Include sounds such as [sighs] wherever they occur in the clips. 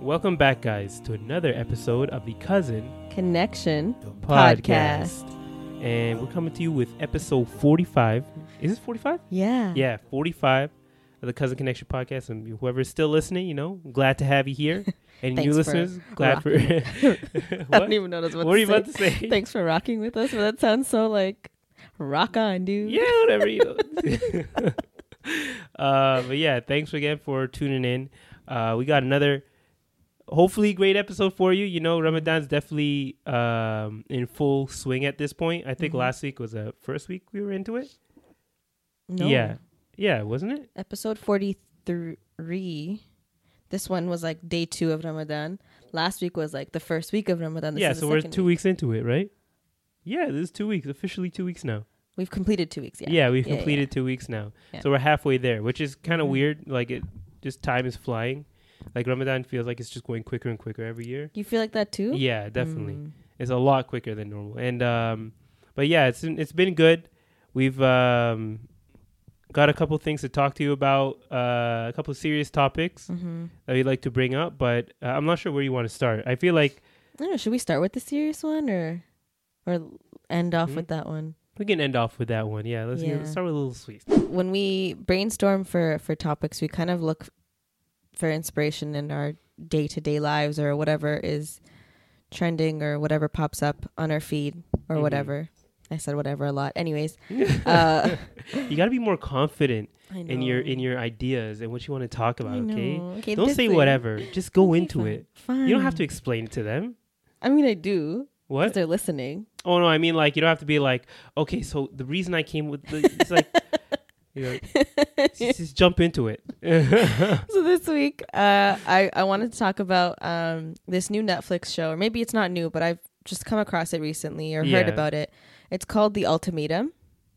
Welcome back, guys, to another episode of the Cousin Connection Podcast. And we're coming to you with episode 45. Is it 45? Yeah. Yeah, 45 of the Cousin Connection Podcast. And whoever's still listening, you know, glad to have you [laughs] here. And new Thanks for listeners, glad for. rocking. [laughs] [laughs] [laughs] I What? don't even know what I was about What to are you say. about to say? [laughs] Thanks for rocking with us. But that sounds so like rock on, dude. yeah, whatever you know. [laughs] uh, but yeah, thanks again for tuning in. Uh, we got another hopefully great episode for you. You know, Ramadan's definitely um, in full swing at this point. I think Mm-hmm. last week was the first week we were into it. No. Yeah. Yeah, wasn't it? Episode 43. This one was like day two of Ramadan. Last week was like the first week of Ramadan. This yeah, is the so we're second two week. weeks into it, right? Yeah, this is two weeks, officially two weeks now. We've completed two weeks. Yeah. Yeah, we've Yeah, yeah. completed two weeks now. Yeah. Mm-hmm. So we're halfway there, which is kind of weird. Like, it just time is flying. Like, Ramadan feels like it's just going quicker and quicker every year. You feel like that too? Mm-hmm. Yeah, definitely. Hmm. It's a lot quicker than normal. And um but yeah, it's it's been good. We've um got a couple things to talk to you about, uh a couple of serious topics Mm-hmm. that we'd like to bring up, but uh, I'm not sure where you want to start. I feel like I don't know. Should we start with the serious one or or end off Mhm. with that one? we can end off with that one. Yeah, let's, Yeah. let's start with a little sweet. [laughs] when we brainstorm for for topics we kind of look for inspiration in our day-to-day lives or whatever is trending or whatever pops up on our feed or Mhm. whatever i said whatever a lot [laughs] anyways uh You got to be more confident I in your know. in your ideas and what you want to talk I about, know. okay? okay Don't this say way. whatever. Just go Okay, into fine. it. fine You don't have Hmm. to explain it to them. i mean i do because What? they're [laughs] listening Oh no, I mean like you don't have to be like, okay, so the reason I came with the, it's like, you know, just, just jump into it. so this week uh i i wanted to talk about um this new netflix show or maybe it's not new but i've just come across it recently or heard Yeah. about it it's called the ultimatum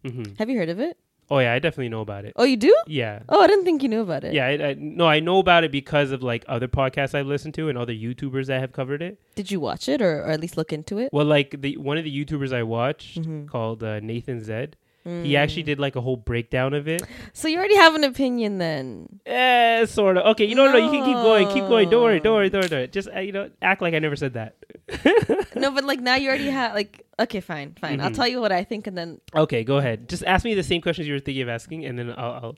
Mhm. Have you heard of it? Oh yeah, I definitely know about it. Oh, you do? Yeah, Oh, I didn't think you knew about it. yeah. I, I, no, I know about it because of like other podcasts I've listened to and other YouTubers that have covered it. Did you watch it or, or at least look into it? Well, like the one of the YouTubers I watched Mhm. called uh, Nathan Zed. He actually did like a whole breakdown of it. So you already have an opinion then. Eh, sort of. Okay, you know, no, you can keep going, keep going. Don't worry, No. don't worry, don't worry. Don't worry. Just uh, you know, act like I never said that. no, but like now you already have like okay, fine, fine. I'll Mhm. tell you what I think and then Okay, go ahead. Just ask me the same questions you were thinking of asking, and then I'll, I'll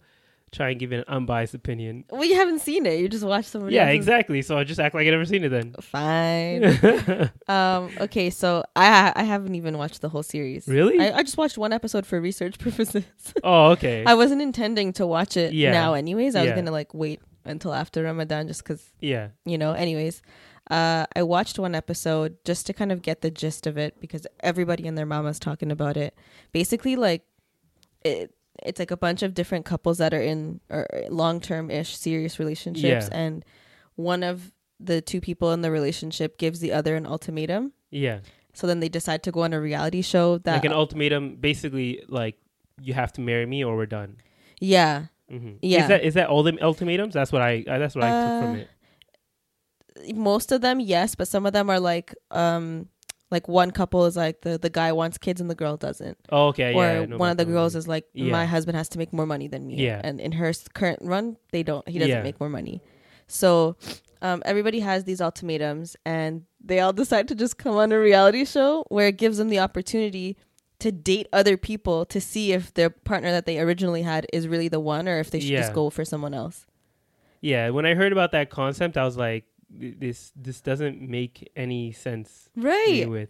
try and give an unbiased opinion. well you haven't seen it. You just watched somebody yeah, else's- exactly. So I'll just act like I never seen it then. [laughs] Fine. [laughs] um, okay, so I I haven't even watched the whole series. Really? I, I just watched one episode for research [laughs] purposes. oh, okay. I wasn't intending to watch it Yeah. now anyways. I Yeah. was gonna like wait until after Ramadan just because yeah. you know anyways uh i watched one episode just to kind of get the gist of it because everybody and their mama's talking about it basically like it it's like a bunch of different couples that are in or long-term-ish serious relationships Yeah. and one of the two people in the relationship gives the other an ultimatum Yeah. so then they decide to go on a reality show that like an ultimatum, basically, like you have to marry me or we're done. yeah Mhm. Yeah. Is that is that all the ultimatums? That's what I uh, that's what I took from Uh, it. most of them yes but some of them are like um like one couple is like the the guy wants kids and the girl doesn't Oh, okay. or yeah. I know one of the about that girls is like, Yeah. my husband has to make more money than me. Yeah. And in her s- current run, they don't. He doesn't Yeah. make more money. So um, everybody has these ultimatums, and they all decide to just come on a reality show where it gives them the opportunity to date other people to see if their partner that they originally had is really the one, or if they should Yeah. just go for someone else. Yeah. When I heard about that concept, I was like, th- this this doesn't make any sense. be Right. with.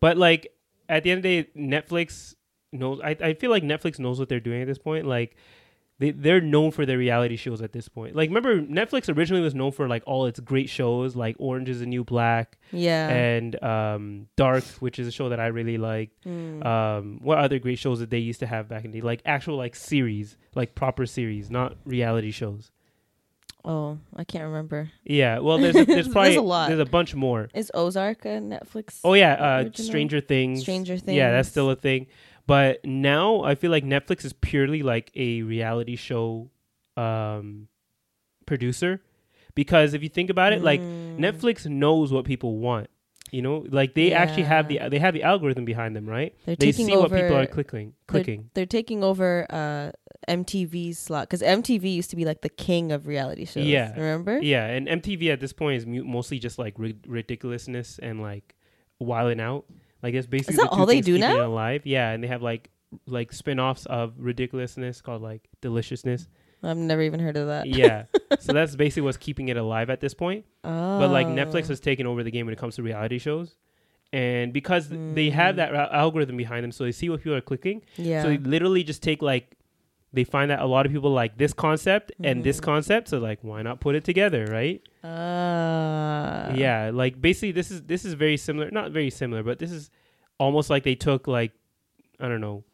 But like at the end of the day, Netflix knows. I, I feel like Netflix knows what they're doing at this point. Like they they're known for their reality shows at this point. Like remember Netflix originally was known for like all its great shows like Orange is the New Black Yeah. and um Dark, which is a show that I really liked. Mm. Um what other great shows that they used to have back in the day? Like actual like series, like proper series, not reality shows. oh, I can't remember. Yeah, well there's a, there's [laughs] There's probably a lot. there's a bunch more. Is Ozark a Netflix? Oh yeah, uh, original? Stranger Things. Stranger Yeah, that's Things. still a thing. But now I feel like Netflix is purely like a reality show um, producer because if you think about it, like Mm. Netflix knows what people want. You know, like they actually have the Yeah. they have the algorithm behind them, right? They're they taking see over. what people are clicking, clicking. They're taking over uh, MTV's slot because MTV used to be like the king of reality shows. Yeah. Remember? Yeah, and MTV at this point is mu- mostly just like ri- ridiculousness and like wilding out. Like that's basically that the two all they things do keeping it now? Alive, yeah, and they have like like spin-offs of ridiculousness called like deliciousness. I've never even heard of that. Yeah, so that's basically what's keeping it alive at this point. Oh. But like Netflix has taken over the game when it comes to reality shows, and because they have that ra- algorithm behind them, so they see what people are clicking. Mm. Yeah. So they literally just take like. They find that a lot of people like this concept and Mm-hmm. this concept, so like, why not put it together, right? Ah. yeah like basically this is this is very similar not very similar but this is almost like they took like i don't know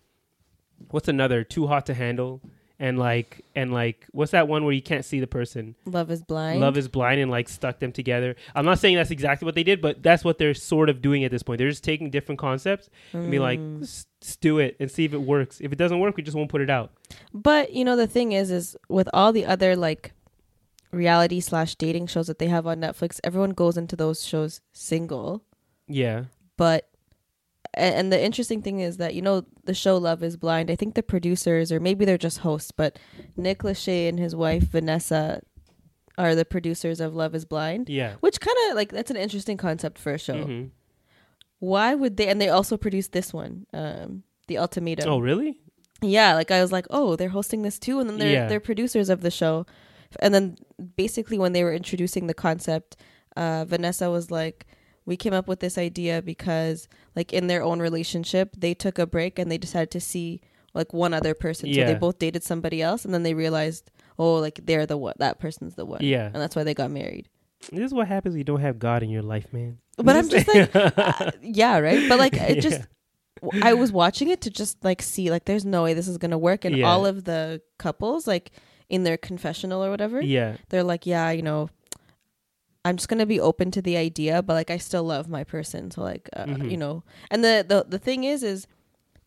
what's another too hot to handle and like and like what's that one where you can't see the person Love is blind. love is blind and like stuck them together i'm not saying that's exactly what they did but that's what they're sort of doing at this point they're just taking different concepts and be like "Let's just do it and see if it works if it doesn't work we just won't put it out But you know the thing is, is with all the other like reality slash dating shows that they have on Netflix, everyone goes into those shows single. yeah But a- and the interesting thing is that you know the show Love Is Blind. I think the producers or maybe they're just hosts, but Nick Lachey and his wife Vanessa are the producers of Love Is Blind, yeah which kind of like that's an interesting concept for a show. Mhm. Why would they? And they also produced this one, um, The Ultimatum. oh really Yeah, like I was like, oh, they're hosting this too, and then they're Yeah. they're producers of the show, and then basically when they were introducing the concept, uh, Vanessa was like, we came up with this idea because like in their own relationship, they took a break and they decided to see like one other person, so Yeah. they both dated somebody else, and then they realized, oh, like they're the one, that person's the one, Yeah. and that's why they got married. this is what happens when you don't have god in your life man But I'm just [laughs] like, uh, yeah, right. But like, it just, w- I was watching it to just like see, like, there's no way this is gonna work. And Yeah. all of the couples, like, in their confessional or whatever, yeah they're like, yeah, you know, I'm just gonna be open to the idea, but like, I still love my person, so like, uh, Mhm. you know. And the the the thing is, is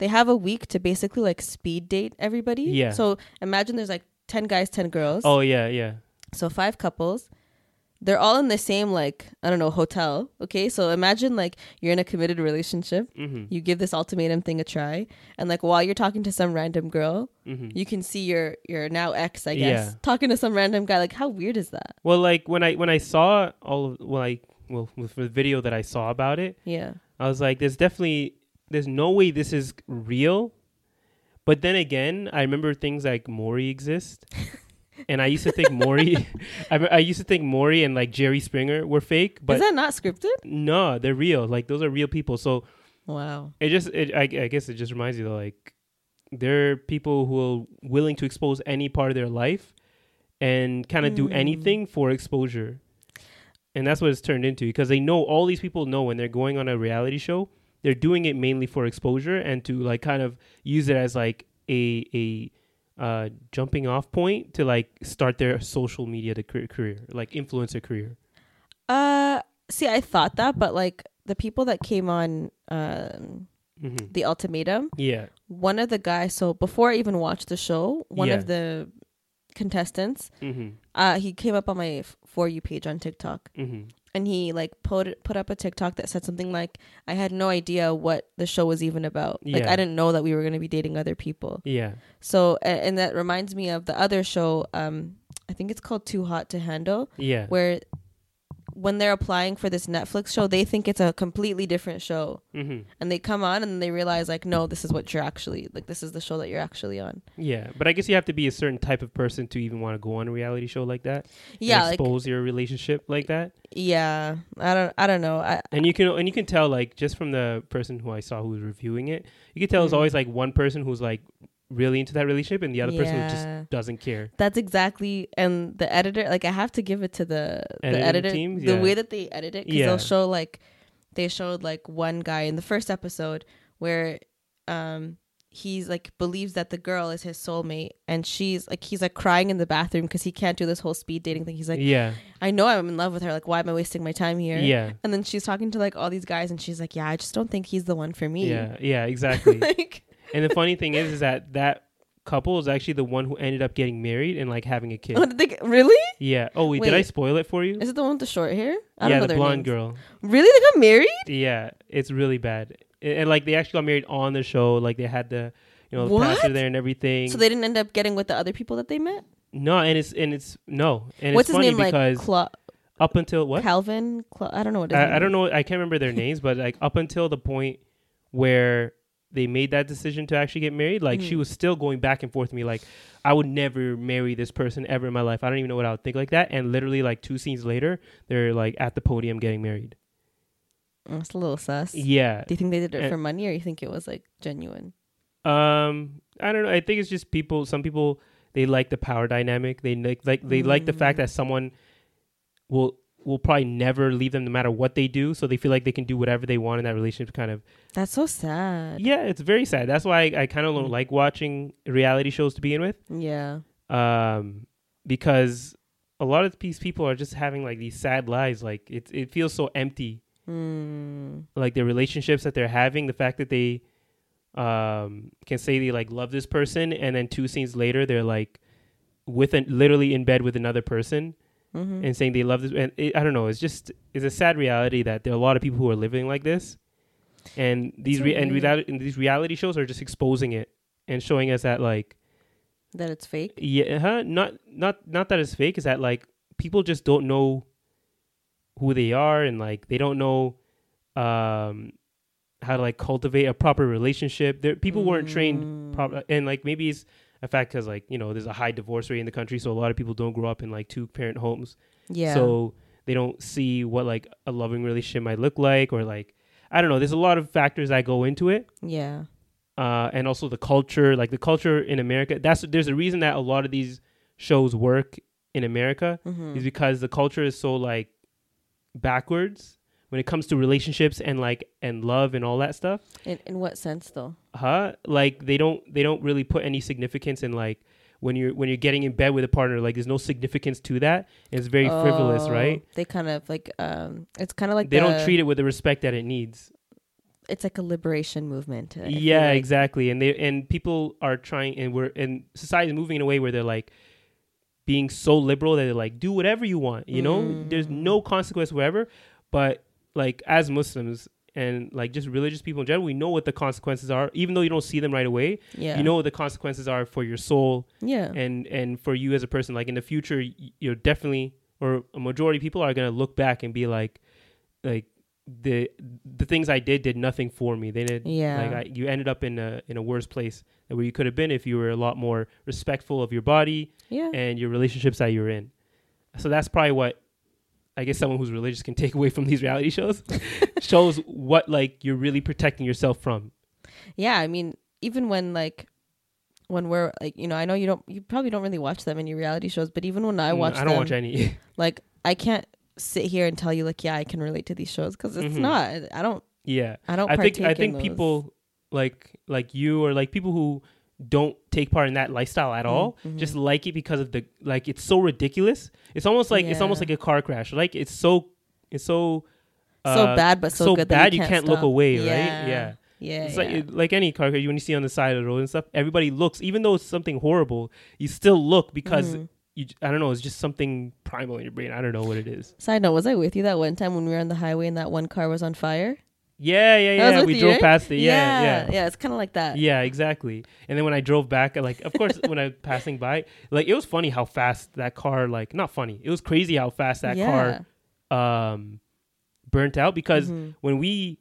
they have a week to basically like speed date everybody. Yeah. So imagine there's like ten guys, ten girls. oh yeah yeah So five couples. They're all in the same like I don't know hotel. Okay, so imagine like you're in a committed relationship. hmm You give this ultimatum thing a try, and like while you're talking to some random girl, hmm you can see your your now ex, I guess, Yeah. talking to some random guy. Like how weird is that? Well, like when I when I saw all of well, like well with the video that I saw about it, Yeah, I was like, there's definitely there's no way this is real. But then again, I remember things like Maury [laughs] exist, and I used to think Maury, I, me- I used to think Maury and like Jerry Springer were fake, but is that not scripted? no, they're real. Like those are real people. So Wow. it just it, I, I guess it just reminds you that like there are people who are willing to expose any part of their life and kind of do Mm. anything for exposure and that's what it's turned into because they know all these people know when they're going on a reality show they're doing it mainly for exposure and to like kind of use it as like a a uh, jumping off point to like start their social media to career, career like influencer career Uh, see, I thought that, but like the people that came on um, hmm the ultimatum, yeah one of the guys. So before I even watched the show, one Yeah. of the contestants hmm uh he came up on my f- for you page on TikTok hmm and he like put put up a TikTok that said something like I had no idea what the show was even about. Like Yeah. I didn't know that we were going to be dating other people. yeah So and, and that reminds me of the other show um I think it's called Too Hot to Handle yeah where when they're applying for this Netflix show, they think it's a completely different show hmm and they come on and they realize like no, this is what you're actually like this is the show that you're actually on. Yeah, but I guess you have to be a certain type of person to even want to go on a reality show like that. and Yeah, like expose your relationship like that, yeah. I don't I don't know. I and you can and you can tell like just from the person who I saw who was reviewing it, you can tell it's Mhm. always like one person who's like really into that relationship and the other person who Yeah. just doesn't care. That's exactly and the editor like I have to give it to the Editing the editor teams, the yeah. way that they edit it because Yeah. they'll show like they showed like one guy in the first episode where um he's like believes that the girl is his soulmate and she's like he's like crying in the bathroom because he can't do this whole speed dating thing he's like [laughs] yeah. I know I'm in love with her like why am I wasting my time here Yeah. and then she's talking to like all these guys and she's like yeah I just don't think he's the one for me Yeah. Yeah, exactly. [laughs] like [laughs] and the funny thing is is that that couple is actually the one who ended up getting married and like having a kid. [laughs] what did they get- really yeah. Oh, wait, did I Wait. spoil it for you? is it the one with the short hair I yeah, know the their blonde names. girl. really they got married Yeah, it's really bad. And, and, like they actually got married on the show. Like they had the you know the What? pastor there and everything. So they didn't end up getting with the other people that they met. no, and it's and it's no. And What's it's his funny name? Like because Cla- up until what? Calvin. Cla- I don't know what. His name I, I don't know. I can't remember their names, but like up until the point where they made that decision to actually get married, like Mm. she was still going back and forth with me, like I would never marry this person ever in my life. I don't even know what I would think like that. And literally, like two scenes later, they're like at the podium getting married. Mm, It's a little sus. Yeah. Do you think they did it Eh. for money, or you think it was like genuine? Um, I don't know. I think it's just people. Some people they like the power dynamic. They like like they like the fact that someone will will probably never leave them no matter what they do. So they feel like they can do whatever they want in that relationship. Kind of That's so sad. yeah, it's very sad. That's why I, I kind of don't like watching reality shows to begin with, Yeah. um, because a lot of these people are just having like these sad lives. Like it it feels so empty. Mm. Like the relationships that they're having, the fact that they um, can say they like love this person, and then two scenes later they're like with an literally in bed with another person hmm and saying they love this. And it, I don't know. It's just it's a sad reality that there are a lot of people who are living like this, and these so re- and, weird. reality, and these reality shows are just exposing it and showing us that like That it's fake. yeah, huh? not not not that it's fake. Is that like people just don't know who they are and like they don't know um how to like cultivate a proper relationship. There, people weren't trained proper, and like maybe it's a fact because like you know there's a high divorce rate in the country, so a lot of people don't grow up in like two parent homes Yeah. so they don't see what like a loving relationship might look like or like i don't know there's a lot of factors that go into it yeah. uh, and also the culture like the culture in america that's there's a reason that a lot of these shows work in america hmm is because the culture is so like backwards when it comes to relationships and like and love and all that stuff In, in what sense, though? huh like they don't they don't really put any significance in like when you're when you're getting in bed with a partner like there's no significance to that it's very frivolous Oh, right They kind of like um. It's kind of like they don't the- treat it with the respect that it needs. It's like a liberation movement. I feel yeah, like. exactly. And they and people are trying, and we're and society is moving in a way where they're like being so liberal that they're like do whatever you want. You know, there's Mm. no consequence whatever. But like as Muslims and like just religious people in general, we know what the consequences are, even though you don't see them right away. Yeah. You know Eh. what the consequences are for your soul Yeah. and and for you as a person. Like in the future, y- you're definitely or a majority of people are gonna look back and be like, like the the things I did did nothing for me. They did Yeah. like I, you ended up in a in a worse place than where you could have been if you were a lot more respectful of your body yeah. and your relationships that you're in. So that's probably what I guess someone who's religious can [laughs] take away from these reality [laughs] shows shows what like you're really protecting yourself from. yeah i mean even when like when we're like you know i know you don't you probably don't really watch that many reality shows but even when i watch Mm, I don't them, watch any. [laughs] like i can't sit here and tell you like yeah i can relate to these shows because it's Mhm. not i don't yeah. i don't I think I partake in think those. people like like you or like people who don't take part in that lifestyle Mm, at all mm-hmm. just like it because of the like it's so ridiculous. It's almost like it's almost Yeah. like a car crash. Like it's so it's so so uh, bad but so, so good bad that you can't, look stop. away, yeah. right? Yeah. yeah It's yeah. like it- like any car crash when you see on the side of the road and stuff. Everybody looks, even though it's something horrible, you still look because Mhm. you j- I don't know. It's just something primal in your brain. I don't know what it is. side note was i with you that one time when we were on the highway and that one car was on fire Yeah, yeah, That was yeah. with We you, drove right? past it. Yeah, yeah. yeah, it's kind of like that Yeah, exactly. And then when I drove back, I, like of course when I [laughs] was passing by, like it was funny how fast that car like not funny. It was crazy how fast that Yeah. car Mm-hmm. um burnt out because when we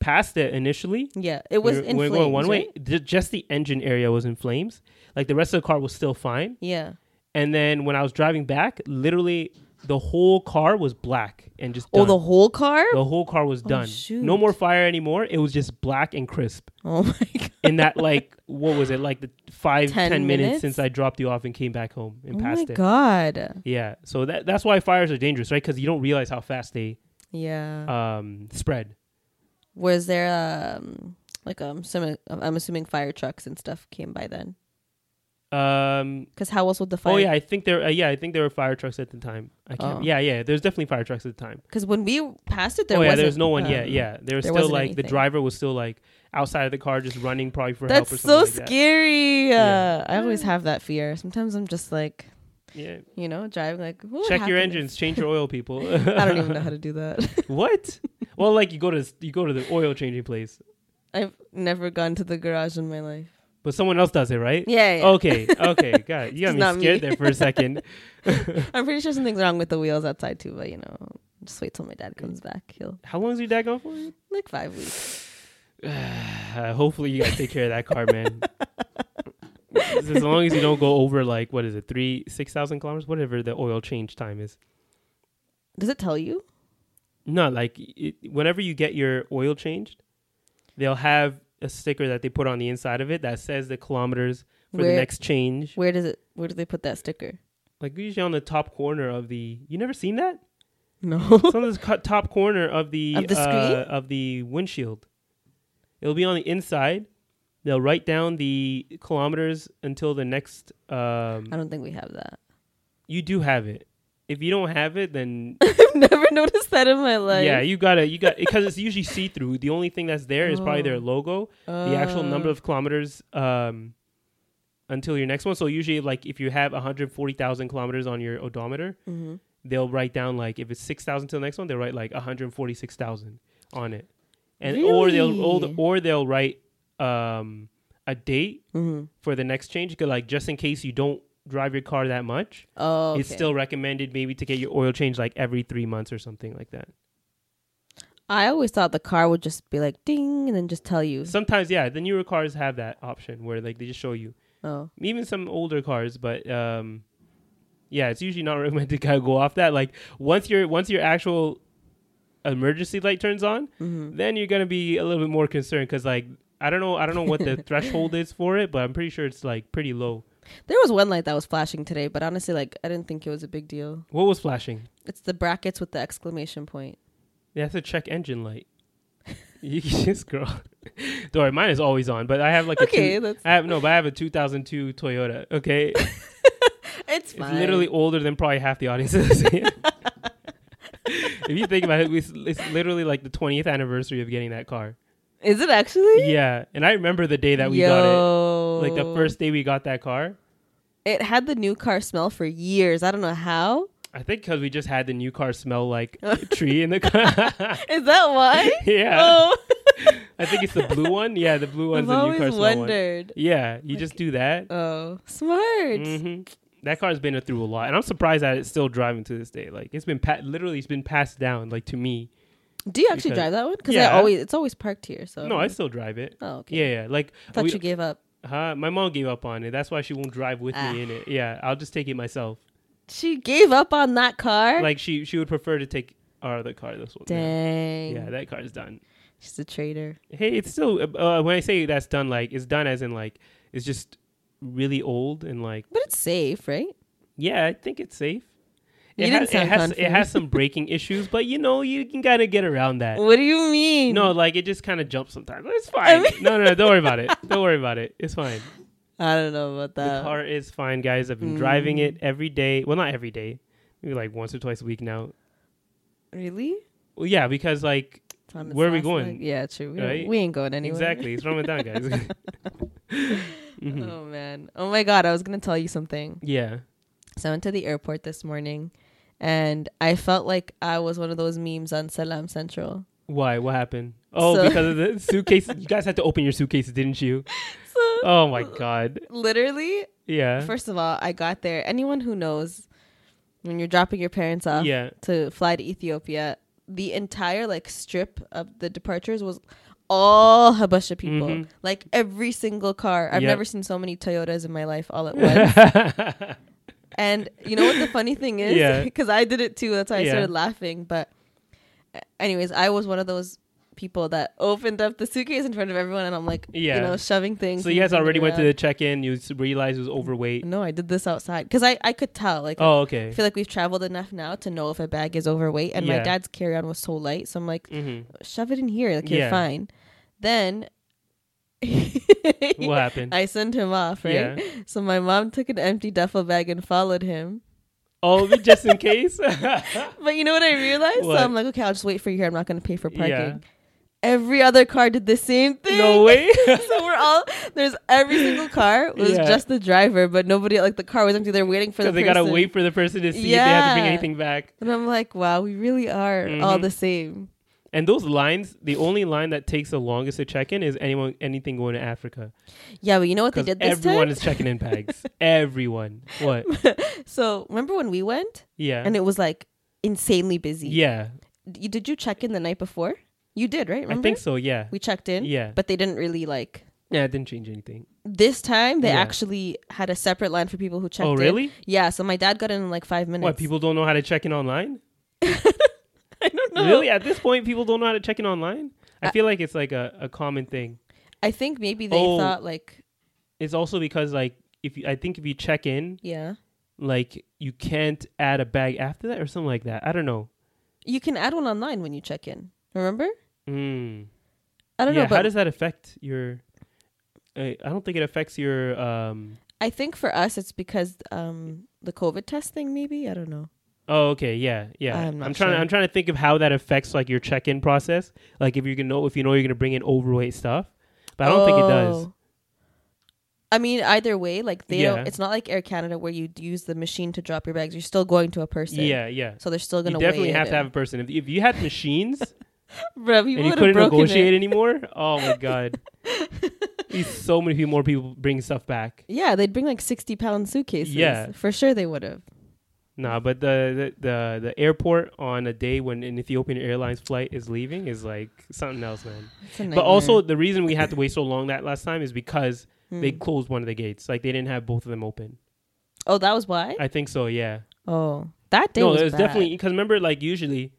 passed it initially, yeah it was we were, in we were flames, going one right? way, ju- just the engine area was in flames. Like the rest of the car was still fine. yeah And then when I was driving back, literally the whole car was black and just Oh, done. the whole car? the whole car was done. No shoot. more fire anymore. It was just black and crisp. Oh [laughs] my god. In that, like, what was it? Like the five, ten Ten minutes? minutes? since I dropped you off and came back home and Oh my passed it. god. Yeah. So that that's why fires are dangerous, right? Because you don't realize how fast they Yeah. um, spread. Was there um like um some I'm assuming fire trucks and stuff came by then? Um, Cuz how else would the fire oh yeah, I think there. Uh, yeah, I think there were fire trucks at the time. I can't. Oh. Yeah, yeah. There's definitely fire trucks at the time. Cuz when we passed it there oh yeah, wasn't there was no one. yeah, um, yeah. There was there still wasn't like the anything. driver was still like outside of the car, just running probably for help or That's something. so like that. scary. Yeah. Uh, I always have that fear. Sometimes I'm just like, Yeah. you know, driving like what would Check your happen if- engines. Change your oil, people. [laughs] I [laughs] don't even know how to do that. [laughs] What? well, like you go to you go to the oil changing place, I've never gone to the garage in my life. but someone else does it, right? Yeah, yeah. Okay. [laughs] Okay. Got it. You It's got not me me. scared there for a second. I'm pretty sure something's wrong with the wheels outside too, but you know, just wait till my dad comes back. He'll How long is your dad gone [sighs] for? like five weeks. [sighs] Uh, hopefully you guys take care of that car, man. as long as you don't go over like what is it, three six thousand kilometers, whatever the oil change time is. Does it tell you? No, like it, whenever you get your oil changed, they'll have a sticker that they put on the inside of it that says the kilometers for the Where- next change. Where does it? Where do they put that sticker? Like usually on the top corner of the. You never seen that? No. It's on the co- top corner of the Of the screen? uh, of the windshield. It'll be on the inside. They'll write down the kilometers until the next. Um, [laughs] I don't think we have that. [laughs] you do have it. If you don't have it, [laughs] then I've never noticed that in my life. yeah, you gotta you got because it's usually see through. The only thing that's there is probably their Oh. logo, the actual number Uh, of kilometers um, until your next one. So usually, like if you have 140,000 kilometers on your odometer, mhm. they'll write down like if it's six thousand till the next one, they'll write like one hundred forty six thousand on it, and or they'll or, Really? or they'll write um a date Mhm. for the next change, 'cause, like just in case you don't drive your car that much, Oh, it's okay. still recommended maybe to get your oil change like every three months or something like that. I always thought the car would just be like ding and then just tell you. Sometimes, yeah, the newer cars have that option where like they just show you. Oh, Even some older cars, but um, yeah, it's usually not [laughs] recommended to kinda go off that. Like once your once your actual emergency light turns on. hmm then you're gonna be a little bit more concerned because like I don't know I don't know what the threshold is for it, but I'm pretty sure it's like pretty low. there was one light that was flashing today, but honestly, like I didn't think it was a big deal. What was flashing? It's the brackets with the [laughs] exclamation point. That's a check engine light. [laughs] You [laughs] can just girl. Don't worry, mine is always on, but I have like a Okay, two, that's I have no, but I have a 2002 Toyota. Okay, it's it's fine. literally older than probably half the audience. is. [laughs] if you think about it, it's, it's literally like the 20th anniversary of getting that car. is it actually? Yeah, and I remember the day that we got it, Yo. like the first day we got that car. It had the new car smell for years. I don't know how. I think because we just had the new car smell [laughs] like tree in the car. [laughs] Is that why? yeah, Oh, I think it's the blue one. Yeah, the blue [laughs] one's I've the new car always smell one. wondered. Yeah, you just do that. Oh, smart. hmm That car's been through a lot, and I'm surprised that it's still driving to this day. Like it's been pa- literally, it's been passed down like to me. Do you actually Because- drive that one? Because Yeah. I always it's always parked here. So No, I still drive it. oh okay. Yeah, yeah. Like I thought we- you gave up. huh? my mom gave up on it. That's why she won't drive with Ah. me in it. Yeah, I'll just take it myself. She gave up on that car. Like she she would prefer to take our other car. This one. Yeah. Dang. yeah, that car's done. She's a traitor. Hey, it's still uh, when I say that's done, like it's done as in like it's just really old and like But it's safe, right? yeah, I think it's safe. You it has, didn't sound it has it confident. has some braking issues, but you know you can kind of get around that. What do you mean? No, like it just kind of jumps sometimes. But It's fine. mean- no, no, no, don't worry about it. Don't worry about it. It's fine. I don't know about The that. car is fine, guys. I've been driving Mm. it every day. Well, not every day. Maybe like once or twice a week now. Really? Well, yeah, because like It's on its Where are we last going? leg. Yeah, true. We, Right? don't, we ain't going anywhere. exactly, it's Ramadan, guys. [laughs] [laughs] Mhm. Oh man. Oh my god, I was gonna tell you something. Yeah. So I went to the airport this morning and I felt like I was one of those memes on Salam Central. Why? What happened? Oh, So- because of the suitcase. You guys had to open your suitcases, didn't you? So Oh my god. literally, [laughs] Yeah. first of all, I got there. Anyone who knows when you're dropping your parents off Yeah. to fly to Ethiopia, the entire like strip of the departures was all Habasha people. Mhm. Like every single car. I've Yep. [laughs] never seen so many Toyotas in my life all at once. And you know what the funny thing is? Yeah. [laughs] Because I did it too. That's why I Yeah. started laughing. But, uh, anyways, I was one of those people that opened up the suitcase in front of everyone, and I'm like, Yeah. you know, shoving things. So and you guys moving it already went to the around. check-in. You s- realized it was overweight. No, I did this outside because I I could tell. Like, Oh, I [laughs] okay. feel like we've traveled enough now to know if a bag is overweight. And Yeah. my dad's carry on was so light, so I'm like, hmm shove it in here. Like you're Yeah. fine. Then. What happened? [laughs] I sent him off, right? Yeah. So my mom took an empty duffel bag and followed him. Oh, but just in [laughs] case. [laughs] But you know what I realized? What? So I'm like, okay, I'll just wait for you here. I'm not going to pay for parking. Yeah. Every other car did the same thing. no way. [laughs] so we're all there's every single car was Yeah. just the driver, but nobody like the car was empty. They're waiting for the [laughs] Because they person. gotta wait for the person to see if they have to bring Yeah. anything back. And I'm like, wow, we really are Mm-hmm. all the same. And those lines, the only line that takes the longest to check in is anyone anything going to Africa. Yeah, but you know what they Because did this everyone time? is checking in [laughs] bags. everyone. What? so remember when we went Yeah. and it was like insanely busy. yeah. You, did you check in the night before? You did, right? Remember? I think so, yeah. We checked in. Yeah. But they didn't really like Yeah, it didn't change anything. this time they Yeah. actually had a separate line for people who checked Oh, in. really? Yeah, so my dad got in in like five minutes. What, [laughs] people [laughs] don't know how to check in online? I don't know. Uh, Really? At this point, people don't know how to check in online? I feel like it's like a, a common thing. I think maybe they Oh. thought like, It's also because like if you, I think if you check in, yeah, like you can't add a bag after that or something like that. I don't know. you can add one online when you check in. Remember? Mm. I don't yeah, know, how but does that affect your? uh, I I don't think it affects your. um I think for us it's because um the COVID test thing. Maybe I don't know. Oh, okay, yeah, yeah. I'm not trying. sure. I'm trying to think of how that affects like your check-in process. Like if you can know if you know you're gonna bring in overweight stuff, but I don't think it does. Oh. I mean, either way, like they Yeah. don't. It's not like Air Canada where you d- use the machine to drop your bags. You're still going to a person. Yeah, yeah. So they're still You gonna definitely weigh have it to have a in. person. If, if you had machines [laughs] Bruh, people and you would've couldn't broken negotiate it. anymore, oh [laughs] my god, There's so many people, more people bring stuff back. Yeah, they'd bring like sixty pound suitcases. Yeah. for sure they would have. Nah, but the, the the the airport on a day when an Ethiopian Airlines flight is leaving is like something else, man. But also, the reason we had to wait so long that last time is because they Hmm. closed one of the gates. Like they didn't have both of them open. oh, that was why. I think so. Yeah. oh, that day. no, was it was bad. definitely because remember, like usually,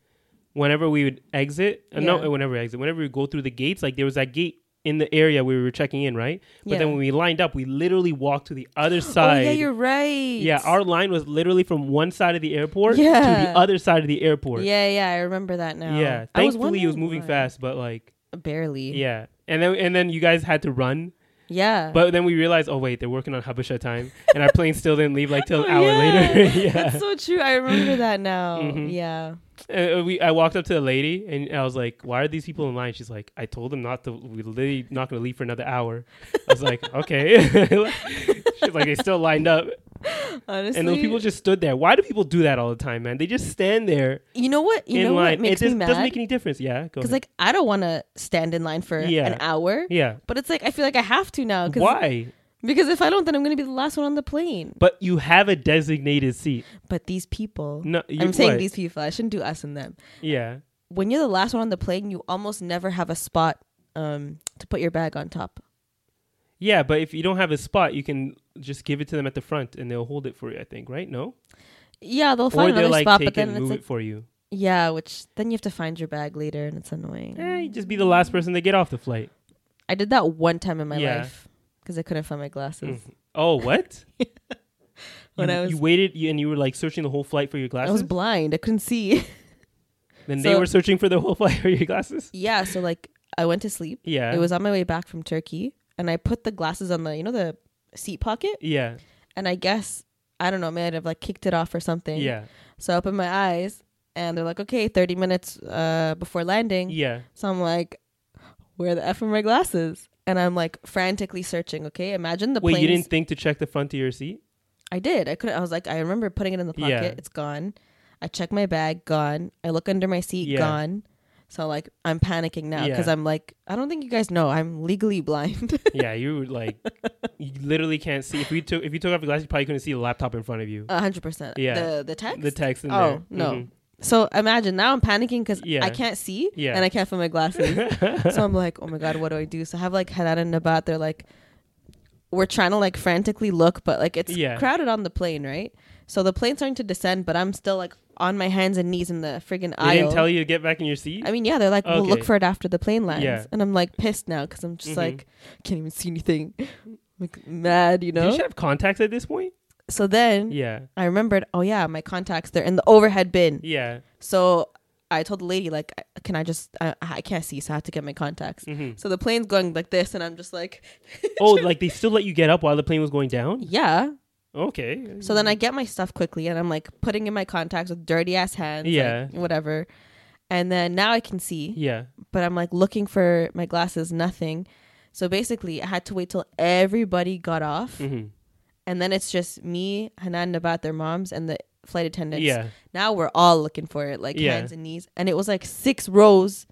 whenever we would exit, uh, Yeah. no, whenever we exit, whenever we go through the gates, like there was that gate in the area we were checking in, right? But Yeah. then when we lined up, we literally walked to the [gasps] other Oh side. yeah, you're right. Yeah, our line was literally from one side of the airport to Yeah. the other side of the airport. yeah, yeah, I remember that now. Yeah. I Thankfully, it was wondering moving why. fast, but like, Barely. Yeah. yeah. And then and then you guys had to run Yeah. But then we realized, oh wait, they're working on Habesha time, and our plane still didn't leave like till an [laughs] Oh, hour yeah. later. [laughs] yeah, [laughs] That's so true. I remember that now. Mhm. Yeah. And, uh, we I walked up to the lady and I was like, why are these people in line? She's like, I told them not to. We're literally not going to leave for another hour. I was like, [laughs] okay. [laughs] She's like, they still lined up, Honestly. and those people just stood there. Why do people do that all the time, man? They just stand there you know what? You in know line. what makes it just me mad? doesn't make any difference. Yeah, go Cuz ahead. like I don't want to stand in line for Yeah. an hour. yeah. But it's like I feel like I have to now cuz Why? because if I don't then I'm going to be the last one on the plane. But you have a designated seat. But these people No, you- I'm saying what? these people. I shouldn't do us and them. Yeah. When you're the last one on the plane, you almost never have a spot um to put your bag on top. Yeah, but if you don't have a spot, you can just give it to them at the front and they'll hold it for you, I think, right? No? Yeah, they'll or find they'll another like spot, take but it then and it's move like it for you. yeah, which then you have to find your bag later and it's annoying. Eh, you just be the last person to get off the flight. I did that one time in my Yeah. life because I couldn't find my glasses. Oh, what? [laughs] When you, I was- you waited you, and you were like searching the whole flight for your I glasses. was blind. I couldn't see. then they so- were searching for the whole [laughs] flight for your glasses. yeah, so like I went to sleep. Yeah. It was on my way back from Turkey, and I put the glasses on the you know the seat pocket, Yeah. and I guess I don't know, may have like kicked it off or something. Yeah. So I opened my eyes, and they're like, okay, thirty minutes uh, before landing. Yeah. So I'm like, where the f are my glasses? And I'm like frantically searching. Okay, imagine the Wait, planes. you didn't think to check the front of your [laughs] seat? I did. I couldn't. I was like, I remember putting it in the pocket. Yeah. It's gone. I check my bag. Gone. I look under my seat. Yeah. Gone. So like, I'm panicking now because Yeah. I'm like, I don't think you guys know I'm legally blind. [laughs] yeah, you were like you literally can't see. If we took if you took off your glasses, you probably couldn't see the laptop in front of you. A hundred percent. Yeah. The the text. the text in oh there. Mm-hmm. no. So imagine now I'm panicking because Yeah. I can't see Yeah. and I can't [laughs] find my glasses. Mhm. so I'm like, oh my god, what do I do? So I have like Hanan and Nabat. They're like, we're trying to like frantically look, but like it's Yeah. crowded on the plane, right? So the plane's starting to descend, but I'm still like on my hands and knees in the friggin' They aisle. didn't tell you to get back in your seat. I mean, yeah, they're like, we'll look Okay. for it after the plane lands, Yeah. and I'm like pissed now because I'm just Mhm. like can't even see anything, [laughs] like mad, you Did you know. should have contacts at this point? so then Yeah, I remembered, oh yeah, my contacts they're in the overhead bin. [laughs] yeah. So I told the lady like, I- can I just I, I can't see, so I have to get my contacts. hmm So the plane's going like this, and I'm just like, [laughs] oh, like they still let you get up while the plane was going down? yeah. Okay. So then I get my stuff quickly, and I'm like putting in my contacts with dirty ass hands, like, Yeah. whatever. And then now I can see, Yeah. but I'm like looking for my glasses, nothing. So basically, I had to wait till everybody got off, hmm and then it's just me, Hanan, Nabat, their moms, and the flight attendants. Yeah. Now we're all looking for it, like Yeah. hands and knees, and it was like six rows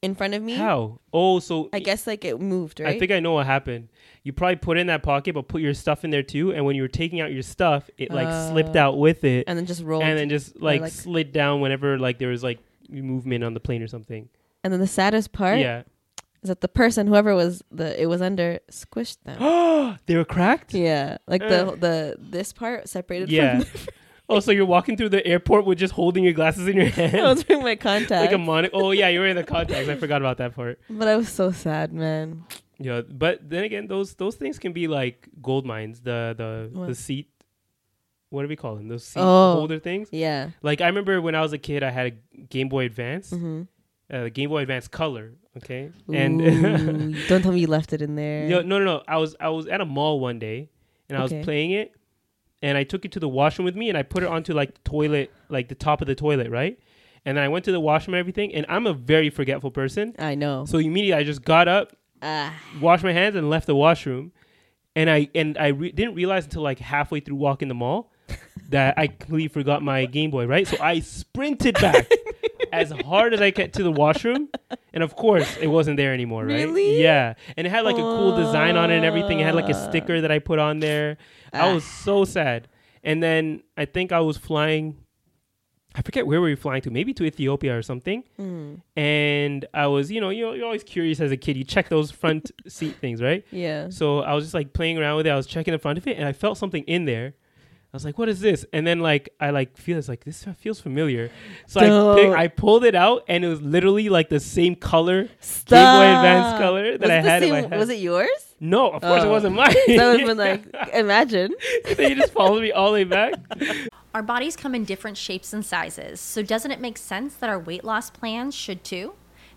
in front of me. How? Oh, so I guess like it moved, right? I think I know what happened. You probably put it in that pocket, but put your stuff in there too. And when you were taking out your stuff, it like slipped Uh, out with it, and, and then just rolled. then just like, like- slid down whenever like there was like movement on the plane or something. And then the saddest part Yeah. [gasps] is that the person, whoever was the it was under, squished [gasps] them. they were cracked. yeah, like the the this part separated Uh. Yeah. from. [laughs] [laughs] oh, so you're walking through the airport with just holding your glasses [laughs] in your hand, [laughs] I was wearing my contacts, like a monoc. Oh yeah, you were in the contacts. I forgot about that part. but I was so sad, man. Yeah, but then again, those those things can be like gold mines. The the the What? seat. What do we call them? Those seat Oh. holder things. Yeah. Like I remember when I was a kid, I had a Game Boy Advance, Mm-hmm. uh, Game Boy Advance Color. Okay, [laughs] and And don't tell me you left it in there. no, no, no, no. I was I was at a mall one day, and I Okay. was playing it, and I took it to the washroom with me, and I put it onto like the toilet, like the top of the toilet, right? And then I went to the washroom and everything, and I'm a very forgetful person, I know. so immediately I just got up, Ah, washed my hands and left the washroom and i and i re- didn't realize until like halfway through walking the mall that i completely forgot my game boy right so i sprinted back as hard as i could to the washroom and of course it wasn't there anymore right Really? yeah and it had like a cool design on it and everything it had like a Ah. sticker that i put on there i was so sad and then i think i was flying i forget where we were flying to maybe to ethiopia or something Mm. and I was, you know, you're, you're always curious as a kid. You check those [laughs] front seat things, right? yeah. So I was just like playing around with it. I was checking the front of it, and I felt something in there. I was like, "What is this?" And then like I like feel it's like this feels familiar. So I pick, Don't. I pulled it out, and it was literally like the same color. Stop. Advance color that was I it the had in my same- head. Was it yours? No, of course it Oh. [laughs] wasn't mine. That would have [laughs] been like, imagine. they just followed me all the way [laughs] back. Our bodies come in different shapes and sizes, so doesn't it make sense that our weight loss plans should too?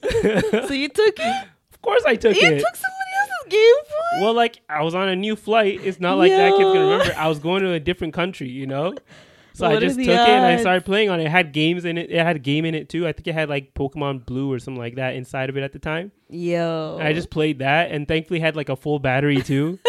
so you took [laughs] it? Of course I took You it. took somebody else's Game Boy? well, like I was on a new flight. It's not like that kid's gonna Yo. remember. I was going to a different country, you know. So I What are just the took it and I odds? started playing on it. It had games in it. It had a game in it too. I think it had like Pokemon Blue or something like that inside of it at the time. Yo. And I just played that and thankfully had like a full battery [laughs] too.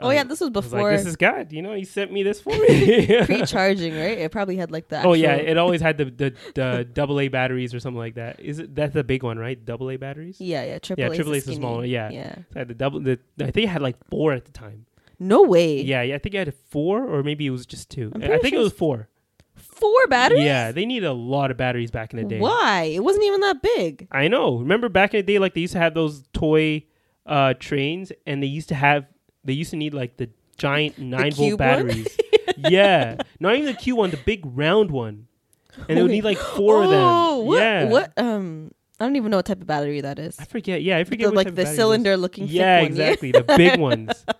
oh, yeah, this was um, I was like, before this is [laughs] God. You know, He sent me this for me. pre charging, right? It probably had like [laughs] the oh yeah, actual- it always had the the, the double A batteries or something like that. Is it that's the big one, right? Double A batteries. yeah, yeah. Triple Yeah, A's triple the A's the skinny. smaller. Yeah. Yeah. So I had the double. The I think I had like four at the time. No way. Yeah, yeah, I think I had four, or maybe it was just two. I'm I I pretty think sure it was it's four. Four batteries? Yeah, they needed a lot of batteries back in the day. Why? It wasn't even that big. I know. Remember back in the day, like they used to have those toy uh, trains, and they used to have they used to need like the giant nine volt cube one? [laughs] batteries. yeah, not even the Q one, the big round one, and they would need like four of Oh, them. What, yeah, What? Um, I don't even know what type of battery that is. I forget. Yeah, I forget. The, what like type of the battery it is. cylinder looking. Yeah, thick one, exactly. The big ones. [laughs]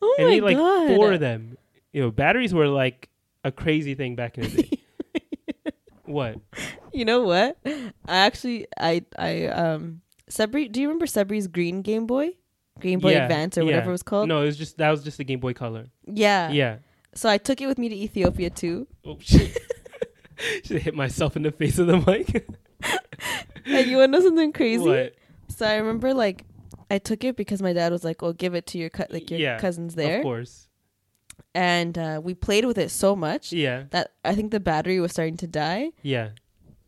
Oh and my need like god. four of them. You know, batteries were like a crazy thing back in [laughs] the day. what? You know what? I actually, I, I, um, Sebri. Do you remember Sebri's green Game Boy, Game Boy Yeah, Advance or yeah. whatever it was called? Uh. No, it was just that was just the Game Boy Color. Yeah. Yeah. So I took it with me to Ethiopia too. Oh [laughs] shit. Should hit myself in the face of the [laughs] mic. And you want to know something crazy? what? So I remember like I took it because my dad was like, "Oh, give it to your cut like your Yeah, cousins there," Of course. and uh, we played with it so much Yeah. that I think the battery was starting to die. Yeah.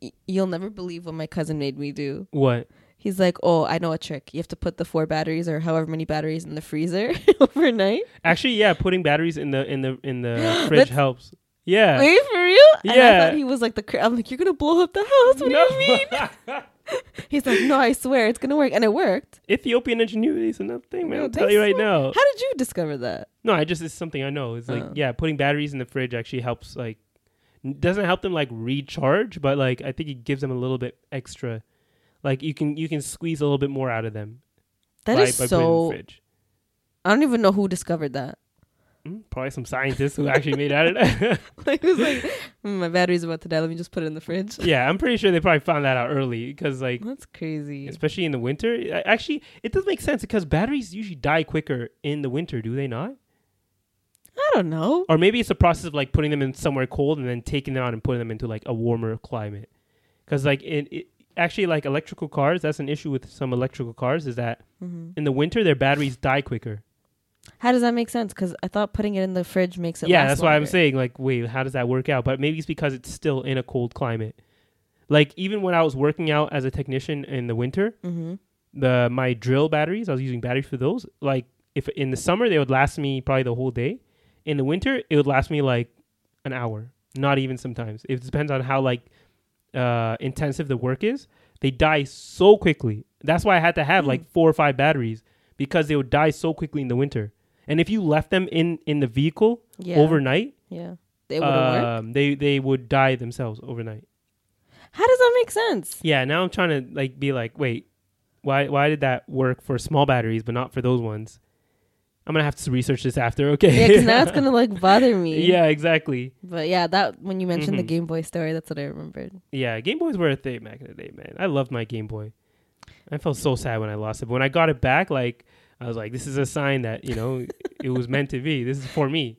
Y- you'll never believe what my cousin made me do. [gasps] What? He's like, "Oh, I know a trick. You have to put the four batteries or however many batteries in the freezer [laughs] overnight." Actually, yeah, putting batteries in the in the in [gasps] the fridge That's- helps. Yeah. Wait for real? And I Yeah. thought he was like the. Cr- I'm like, "You're gonna blow up the house? What No. do you mean?" [laughs] He's like, "No, I swear it's gonna work," and it worked. Ethiopian ingenuity is another thing, man. No, I'll they tell you right swear- now. How did you discover that? No, I just it's something I know. It's like Oh. yeah, putting batteries in the fridge actually helps. Like, n- doesn't help them like recharge, but like I think it gives them a little bit extra. Like you can you can squeeze a little bit more out of them. That by, is by putting it in the so. fridge. I don't even know who discovered that. [laughs] Mm, probably some scientists who actually made out of that. [laughs] Like, it was like, "Mm, my battery's about to die. Let me just put it in the fridge. [laughs] yeah, I'm pretty sure they probably found that out early because like That's crazy. especially in the winter. I- Actually, it does make sense because batteries usually die quicker in the winter, do they not? I don't know. Or maybe it's a process of like putting them in somewhere cold and then taking them out and putting them into like a warmer climate. Because like it, it actually like electrical cars, that's an issue with some electrical cars is that Mm-hmm. in the winter their batteries die quicker. How does that make sense? Because I thought putting it in the fridge makes it. yeah, last that's why I'm longer. saying like, wait, how does that work out? But maybe it's because it's still in a cold climate. Like even when I was working out as a technician in the winter, Mm-hmm. the my drill batteries, I was using batteries for those. Like if in the summer they would last me probably the whole day. In the winter, it would last me like an hour, not even sometimes. It depends on how like uh intensive the work is. They die so quickly. That's why I had to have Mm. like four or five batteries because they would die so quickly in the winter. And if you left them in in the vehicle Yeah. overnight, Yeah, they would not work. um, they they would die themselves overnight. How does that make sense? Yeah, now I'm trying to like be like, wait, why why did that work for small batteries but not for those ones? I'm gonna have to research this after, Yeah, okay? because [laughs] now it's gonna like bother me. yeah, Mm-hmm. exactly. But yeah, that when you mentioned the Game Boy story, that's what I remembered. [laughs] Yeah, Game Boys were a thing back in the day, man. I loved my Game Boy. I felt so sad when I lost it, but when I got it back, like I was like, this is a sign that you know it was meant to be. This is for me.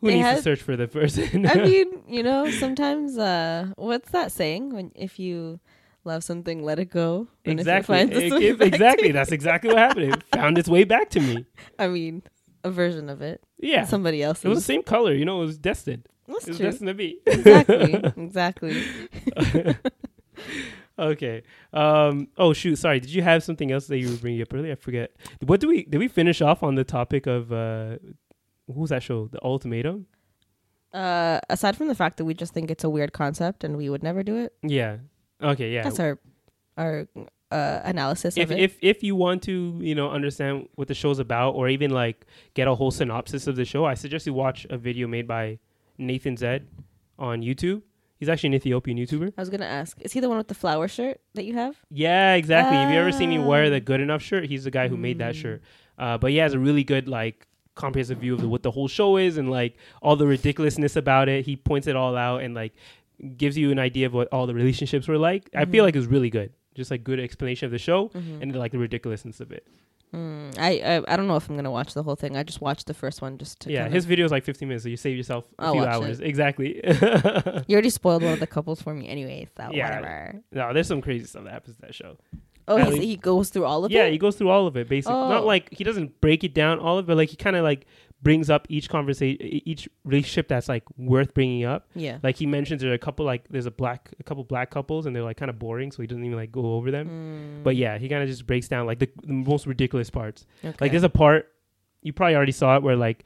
Who They needs had- to search for the person? I [laughs] mean, you know, sometimes uh what's that saying? When if you love something, let it go. And if it exactly, finds It- its way it- back to exactly. you- That's exactly what happened. It found its way back to me. I mean, a version of it. Yeah, Somebody else's. it was [laughs] the same color. You know, it was destined. That's it was true. destined to be. [laughs] exactly. Exactly. Okay. Um. Oh shoot. Sorry. Did you have something else that you were bringing up earlier? I forget. What do we? Did we finish off on the topic of uh, what was that show? The Ultimatum. Uh, aside from the fact that we just think it's a weird concept and we would never do it, Yeah. Okay. Yeah. that's our our uh, analysis if of it. if if you want to you know understand what the show's about or even like get a whole synopsis of the show, I suggest you watch a video made by Nathan Zed on YouTube. He's actually an Ethiopian YouTuber. I was gonna ask, is he the one with the flower shirt that you have? Yeah, exactly. If you ever seen me wear Ah. the good enough shirt, he's the guy who made Mm. that shirt. Uh, but he has a really good like comprehensive view of the, what the whole show is and like all the ridiculousness about it. He points it all out and like gives you an idea of what all the relationships were like. I Mm-hmm. feel like it's really good. Just like good explanation of the show and like the ridiculousness of it. Mm, I, I I don't know if I'm gonna watch the whole thing. I just watched the first one just to. yeah, kind his video is like 15 minutes, so you save yourself a I'll few watch hours. Exactly. [laughs] of, you already spoiled one of the couples for me, anyway. So Yeah. whatever. no, there's some crazy stuff that happens to that show. Oh, At he's, least- he goes through all of yeah, it. he goes through all of it basically. Not Oh. like he doesn't break it down all of it, but like he kind of like brings up each conversation, each relationship that's like worth bringing up. Yeah. Like he mentions there are a couple like there's a black a couple black couples and they're like kind of boring, so he doesn't even like go over them. Mm. But yeah, he kind of just breaks down like the, the most ridiculous parts. Like there's a part you probably already saw it where like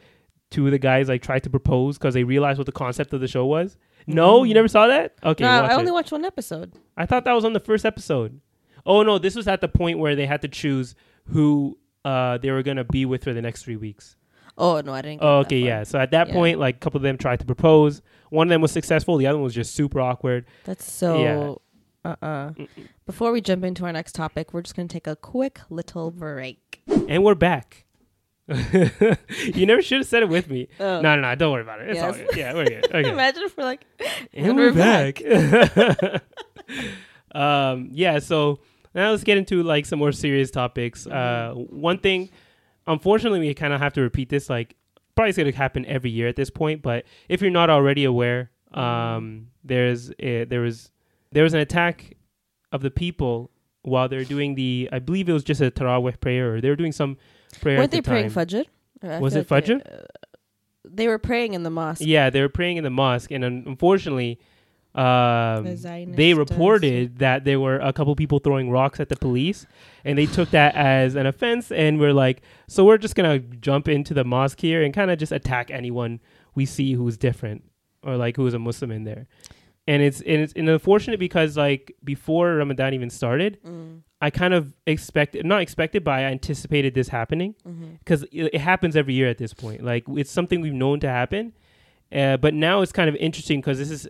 two of the guys like tried to propose because they realized what the concept of the show was. No, you never saw that. Okay, no, watch Mm. I it. only watched one episode. I thought that was on the first episode. Oh no, this was at the point where they had to choose who uh, they were gonna be with for the next three weeks. Oh no, I didn't. Get Oh, that okay, far. yeah. So at that Yeah. point, like a couple of them tried to propose. One of them was successful. The other one was just super awkward. That's so. Uh-uh. Before we jump into our next topic, we're just gonna take a quick little break. And we're back. [laughs] you never should have said it with me. Oh. No, no, no. Don't worry about it. It's all Yes. good. Yeah, we're [laughs] good. Okay. Imagine if we're like, and we're back. [laughs] um, yeah, so now let's get into like some more serious topics. Uh, one thing, unfortunately, we kind of have to repeat this. Like, probably it's going to happen every year at this point. But if you're not already aware, um, there's a, there was there was an attack of the people while they're doing the I believe it was just a Tarawih prayer or they were doing some prayer. weren't at the they praying time. Fajr? Or I Was feel it like they- Fajr? uh, they were praying in the mosque. Yeah, they were praying in the mosque, and un- unfortunately, um, The Zionist they does. reported that there were a couple people throwing rocks at the police, and they took that as an offense, and were like, "So we're just gonna jump into the mosque here and kind of just attack anyone we see who's different or like who is a Muslim in there." And it's and it's and unfortunate because like before Ramadan even started, I kind of expected not expected, but I anticipated this happening because it, it happens every year at this point. Like it's something we've known to happen, uh, but now it's kind of interesting because this is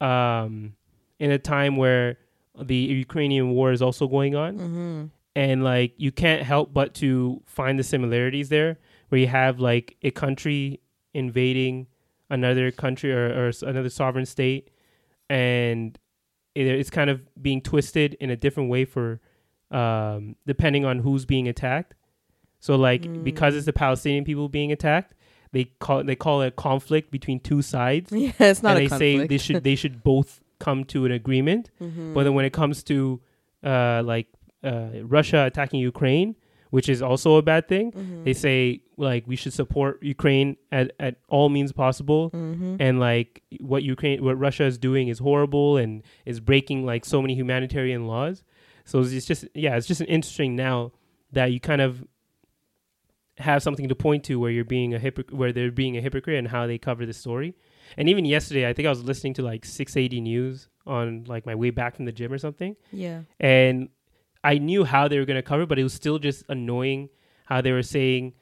um, in a time where the Ukrainian war is also going on, and like you can't help but to find the similarities there, where you have like a country invading another country or, or s- another sovereign state, and it, it's kind of being twisted in a different way for um, depending on who's being attacked. So like because it's the Palestinian people being attacked, they call they call it a conflict between two sides [laughs] Yeah, it's not and they a conflict. Mm-hmm. say they should they should both come to an agreement. But then when it comes to uh, like uh, Russia attacking Ukraine, which is also a bad thing, Mm-hmm. they say like we should support Ukraine at, at all means possible, Mm-hmm. and like what Ukraine what Russia is doing is horrible and is breaking like so many humanitarian laws. So it's just yeah, it's just interesting now that you kind of have something to point to where you're being a hypocrite, where they're being a hypocrite, and how they cover the story. And even yesterday, I think I was listening to like 680 News on like my way back from the gym or something, yeah. and I knew how they were gonna cover, but it was still just annoying how they were saying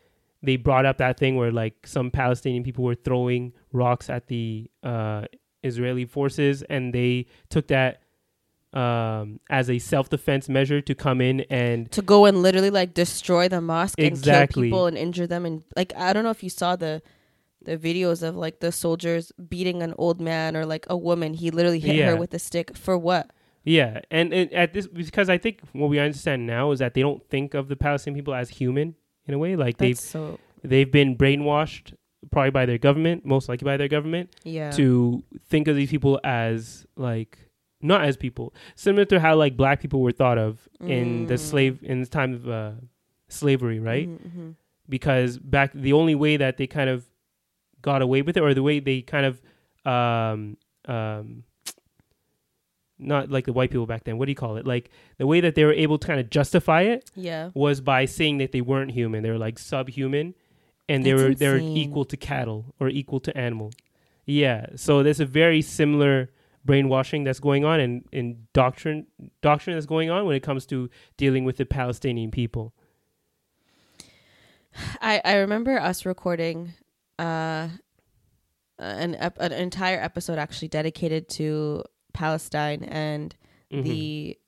they brought up that thing where like some Palestinian people were throwing rocks at the uh, Israeli forces, and they took that um, as a self defense measure to come in and to go and literally like destroy the mosque Exactly. and kill people and injure them and like I don't know if you saw the the videos of like the soldiers beating an old man or like a woman. He literally hit Yeah. her with a stick for what? Yeah, and it, at this because I think what we understand now is that they don't think of the Palestinian people as human in a way. Like That's so they've they've been brainwashed probably by their government, most likely by their government, yeah. to think of these people as like not as people, similar to how like black people were thought of in the slave in the time of uh, slavery, right? Because back the only way that they kind of got away with it, or the way they kind of um, um, not like the white people back then. What do you call it? Like the way that they were able to kind of justify it yeah. was by saying that they weren't human. They were like subhuman, and they That's were they were insane. equal to cattle or equal to animal. Yeah, so there's a very similar brainwashing that's going on and in doctrine doctrine that's going on when it comes to dealing with the Palestinian people. I I remember us recording uh an ep- an entire episode actually dedicated to Palestine and the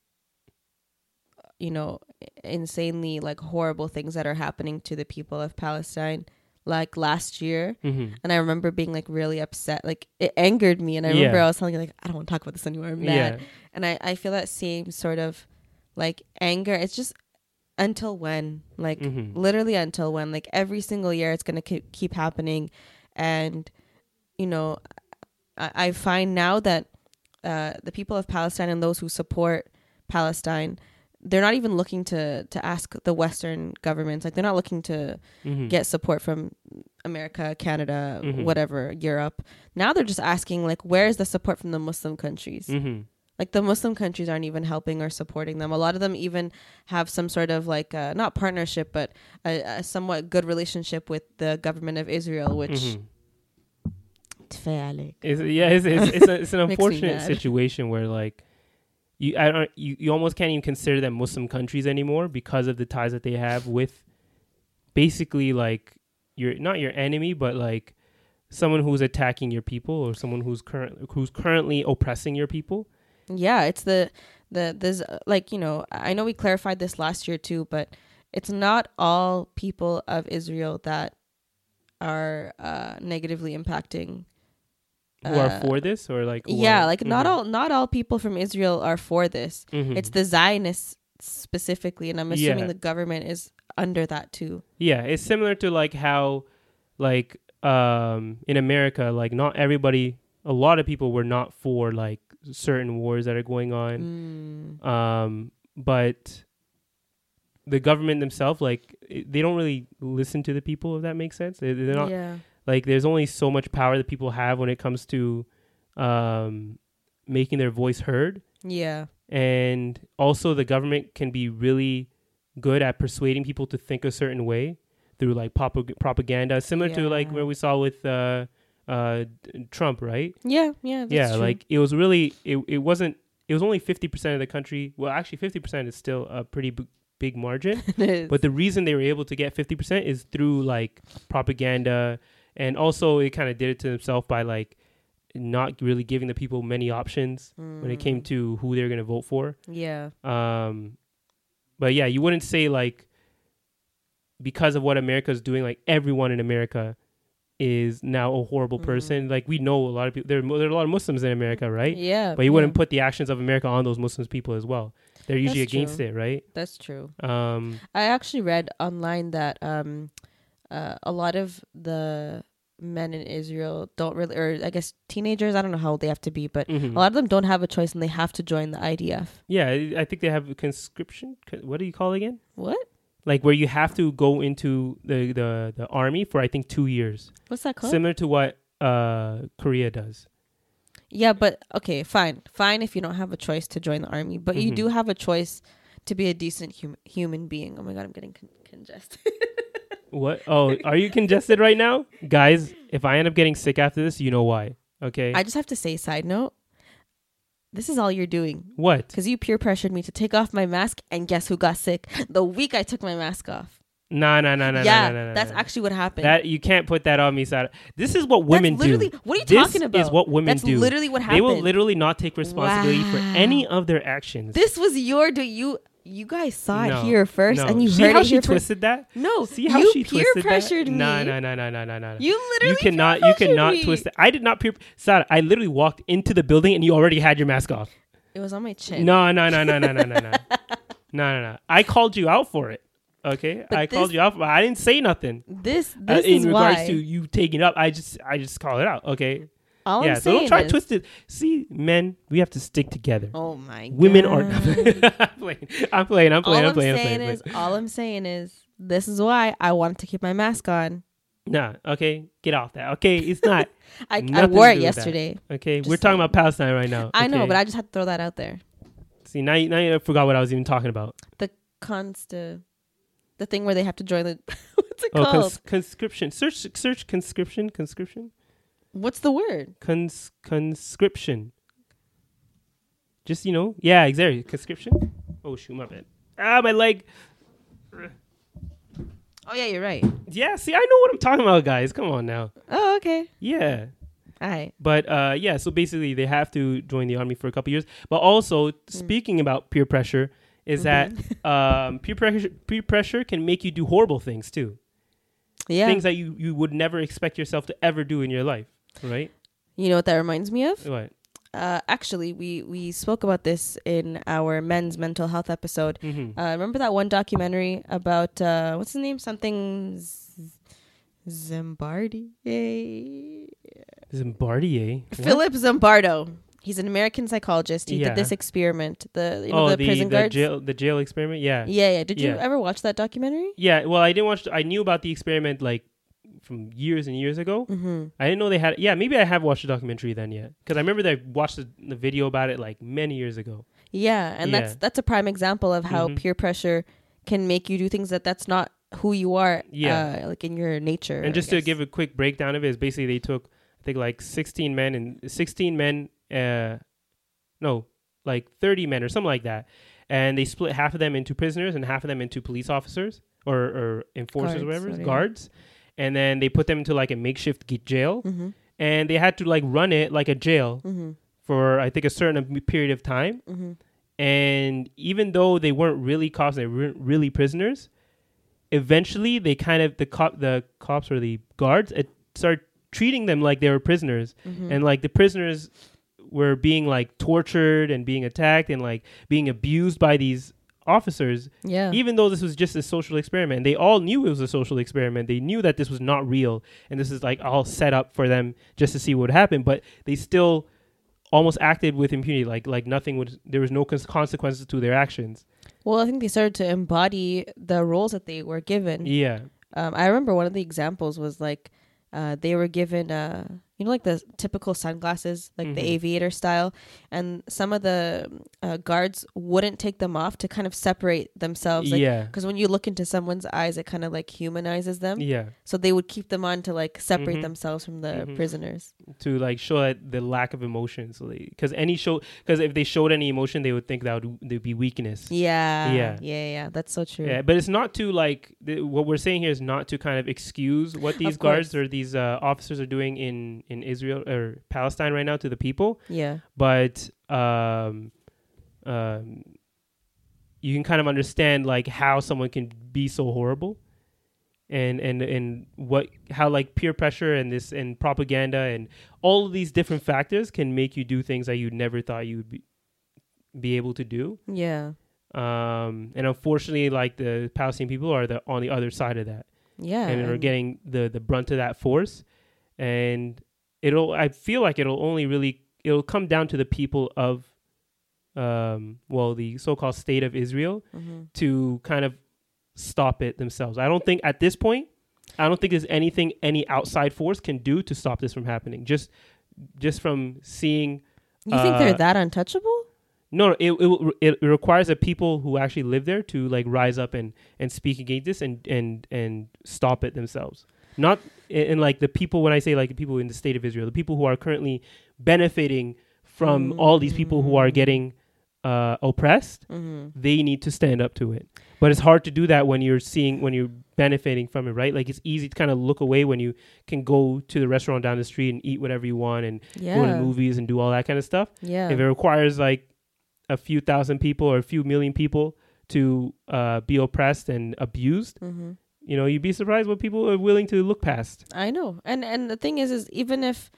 you know insanely like horrible things that are happening to the people of Palestine like last year and I remember being like really upset like it angered me and I remember Yeah. I was telling you like I don't want to talk about this anymore I'm mad Yeah. and I I feel that same sort of like anger it's just until when like literally until when like every single year it's going to keep keep happening and you know I, I find now that uh, the people of Palestine and those who support Palestine, they're not even looking to to ask the Western governments. Like they're not looking to get support from America, Canada, Mm-hmm. whatever, Europe. Now they're just asking like, where is the support from the Muslim countries? Like the Muslim countries aren't even helping or supporting them. A lot of them even have some sort of like uh, not partnership, but a, a somewhat good relationship with the government of Israel, which Tfalik. It's, yeah, it's it's, it's, a, it's [laughs] an me unfortunate mad. situation where like you I don't you, you almost can't even consider them Muslim countries anymore because of the ties that they have with basically like your not your enemy but like someone who's attacking your people or someone who's current who's currently oppressing your people. Yeah, it's the the there's uh, like you know I know we clarified this last year too, but it's not all people of Israel that are uh, negatively impacting. Who are for this or like who Uh, yeah, are- like not Mhm. all not all people from Israel are for this. It's the Zionists specifically, and I'm assuming Mm-hmm. Yeah. the government is under that too. Yeah, it's similar to like how like um in America like not everybody a lot of people were not for like certain wars that are going on. Um but the government themselves like i- they don't really listen to the people if that makes sense. They- They're not yeah, like there's only so much power that people have when it comes to um making their voice heard yeah, and also the government can be really good at persuading people to think a certain way through like pop- propaganda similar to like Yeah. where we saw with uh uh d- trump right yeah, yeah. that's yeah true. like it was really it, it wasn't it was only 50% of the country well actually 50% is still a pretty b- big [laughs] margin [laughs] It is. but the reason they were able to get 50% is through like propaganda and also it kind of did it to themselves by like not really giving the people many options when it Mm. came to who they're going to vote for yeah, um, but yeah, you wouldn't say like because of what America's doing, like everyone in America is now a Mm-hmm. horrible person. Like we know a lot of people. There, are mo- there are a lot of Muslims in America, right? yeah. But you yeah, wouldn't put the actions of America on those Muslims people as well. They're usually That's against true. it, right? That's true. Um, I actually read online that um, uh, a lot of the men in Israel don't really, or I guess teenagers. I don't know how old they have to be, but Mhm. a lot of them don't have a choice and they have to join the IDF. yeah, I I think they have conscription. co- What do you call it again? What? Like where you have to go into the the, the army for I think two years, What's that called? similar to what uh, Korea does. Yeah, but okay, fine, fine. If you don't have a choice to join the army, but Mm-hmm. you do have a choice to be a decent hum- human being. Oh my god, I'm getting con- congested. What? Oh, are you congested right now? Guys, if I end up getting sick after this, you know why. Okay. I just have to say, side note, this is all you're doing what? because you peer pressured me to take off my mask, and guess who got sick the week I took my mask off. No, no, no, no, yeah, no, no, no. that's no. actually what happened. That you can't put that on me, Sada. This is what women that's literally, do. What are you this talking about? is what women that's do. literally what They happened. will literally not take responsibility for Wow. any of their actions. This was your do you. You guys saw it No, here first, no. and you See heard how it she here first. twisted that. No, See how you she peer twisted pressured that? No, me. no, no, no, no, no, no. You literally You cannot. peer You pressured cannot me. twist. That. I did not peer. Sada, I literally walked into the building and you already had your mask off. It was on my chin. No, no, no, no, no, no, no, [laughs] no, no, no, no. I called you out for it. Okay, But I called this- you out. For, I didn't say nothing. This uh, this in is regards why. to you taking it up, I just, I just call it out. Okay. All yeah. I'm so saying don't try to is, twist it. See, men, we have to stick together. Oh my Women God. are. [laughs] I'm playing. I'm playing. I'm all playing. I'm I'm playing. I'm saying playing. is, all I'm saying is, this is why I wanted to keep my mask on. Nah. Okay. Get off that. Okay. It's [laughs] not. I, I nothing wore to it do with that. yesterday. Okay. Just We're talking saying. about Palestine right now. I know, okay? but I just had to throw that out there. see now. You, now you forgot what I was even talking about. The consta, the thing where they have to join the. [laughs] what's it Oh, called? cons- conscription. Search. Search. Conscription. Conscription. what's the word? cons- conscription. Just you know, yeah, exactly. Conscription. Oh shoot, my bad. Ah, my leg. Oh yeah, you're right. Yeah, see, I know what I'm talking about, guys. Come on now. Oh okay. Yeah, All right. but uh, yeah. So basically, they have to join the army for a couple years. But Mm. also, speaking about peer pressure, is Mm-hmm. that um, peer pressure peer pressure can make you do horrible things too. Yeah. Things that you you would never expect yourself to ever do in your life. Right. you know what that reminds me of? What? uh, actually, we we spoke about this in our men's mental health episode. Mm-hmm. Uh, remember that one documentary about uh, what's his name? Something Z- Zimbardi. Zimbardier. What? Philip Zimbardo. He's an American psychologist. He Yeah. did this experiment. The you know, Oh, the, the, the, prison guards. jail the jail experiment. Yeah, yeah. Did you Yeah. ever watch that documentary? Yeah, well, I didn't watch. I knew about the experiment like from years and years ago. I didn't know they had. Yeah, maybe I have watched the documentary then yet because I remember that I watched the, the video about it like many years ago. Yeah, Yeah. and that's Mm-hmm. that's a prime example of how peer pressure can make you do things that that's not who you are. Yeah. uh, like in your nature. I and just to guess. give a quick breakdown of it is basically they took I think like 16 men and 16 men uh no like 30 men or something like that and they split half of them into prisoners and half of them into police officers or, or enforcers Guards, or whatever whatever. guards and then they put them into like a makeshift g- jail Mm-hmm. and they had to like run it like a jail for I think a certain am- period of time Mm-hmm. and even though they weren't really cops they weren't really prisoners eventually they kind of the cop the cops or the guards it start treating them like they were prisoners and like the prisoners were being like tortured and being attacked and like being abused by these officers Yeah. even though this was just a social experiment they all knew it was a social experiment they knew that this was not real and this is like all set up for them just to see what would happen but they still almost acted with impunity like like nothing would there was no cons- consequences to their actions Well, I think they started to embody the roles that they were given. yeah Um, I remember one of the examples was like uh, they were given, uh, you know, like the typical sunglasses, like Mm-hmm. the aviator style, and some of the uh, guards wouldn't take them off to kind of separate themselves. Like, Yeah. Because when you look into someone's eyes, it kind of like humanizes them. yeah Mm-hmm. So they would keep them on to like separate themselves from the prisoners. to like show that the lack of emotion so because any show because if they showed any emotion they would think that would there'd be weakness Yeah. Yeah. Yeah. Yeah. yeah. That's so true. yeah but it's not to like the, what we're saying here is not to kind of excuse what these guards course. or these uh, officers are doing in in israel or palestine right now to the people Yeah. but um um you can kind of understand like how someone can be so horrible and and and what how like peer pressure and this and propaganda and all of these different factors can make you do things that you never thought you would be, be able to do Yeah. um and unfortunately like the palestinian people are the on the other side of that Yeah. and are getting the the brunt of that force and it'll i feel like it'll only really it'll come down to the people of um well the so-called state of israel to kind of stop it themselves i don't think at this point i don't think there's anything any outside force can do to stop this from happening just just from seeing you think they're uh, that untouchable? no, it, it will- it requires the people who actually live there to like rise up and and speak against this and and and stop it themselves. Not and and, like the people when I say like the people in the state of Israel, the people who are currently benefiting from all these people who are getting uh, oppressed, they need to stand up to it. But it's hard to do that when you're seeing when you're benefiting from it, right? Like it's easy to kind of look away when you can go to the restaurant down the street and eat whatever you want and go to Yeah. movies and do all that kind of stuff Yeah. if it requires like a few thousand people or a few million people to uh, be oppressed and abused, you know, you'd be surprised what people are willing to look past. I know. And and the thing is is even if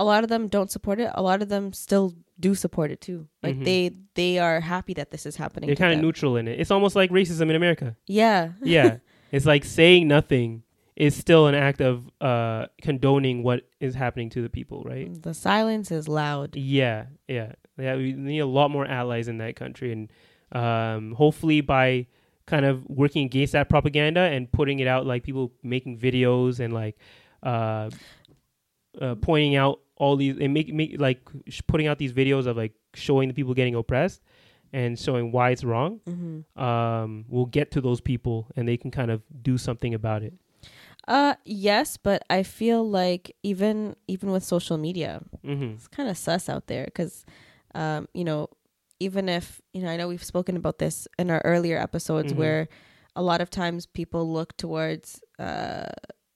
a lot of them don't support it, a lot of them still do support it too. Like they they are happy that this is happening. They're to kind of them. neutral in it. It's almost like racism in America. Yeah. Yeah, it's like saying nothing is still an act of uh, condoning what is happening to the people, right? The silence is loud. Yeah, yeah, yeah. We need a lot more allies in that country, and um, hopefully by kind of working against that propaganda and putting it out, like people making videos and like uh, uh, pointing out all these and make, make like sh- putting out these videos of like showing the people getting oppressed and showing why it's wrong. Um, we'll get to those people, and they can kind of do something about it. Uh yes, but I feel like even even with social media, hmm it's kind of sus out there because um you know, even if, you know, I know we've spoken about this in our earlier episodes Mm-hmm. where a lot of times people look towards uh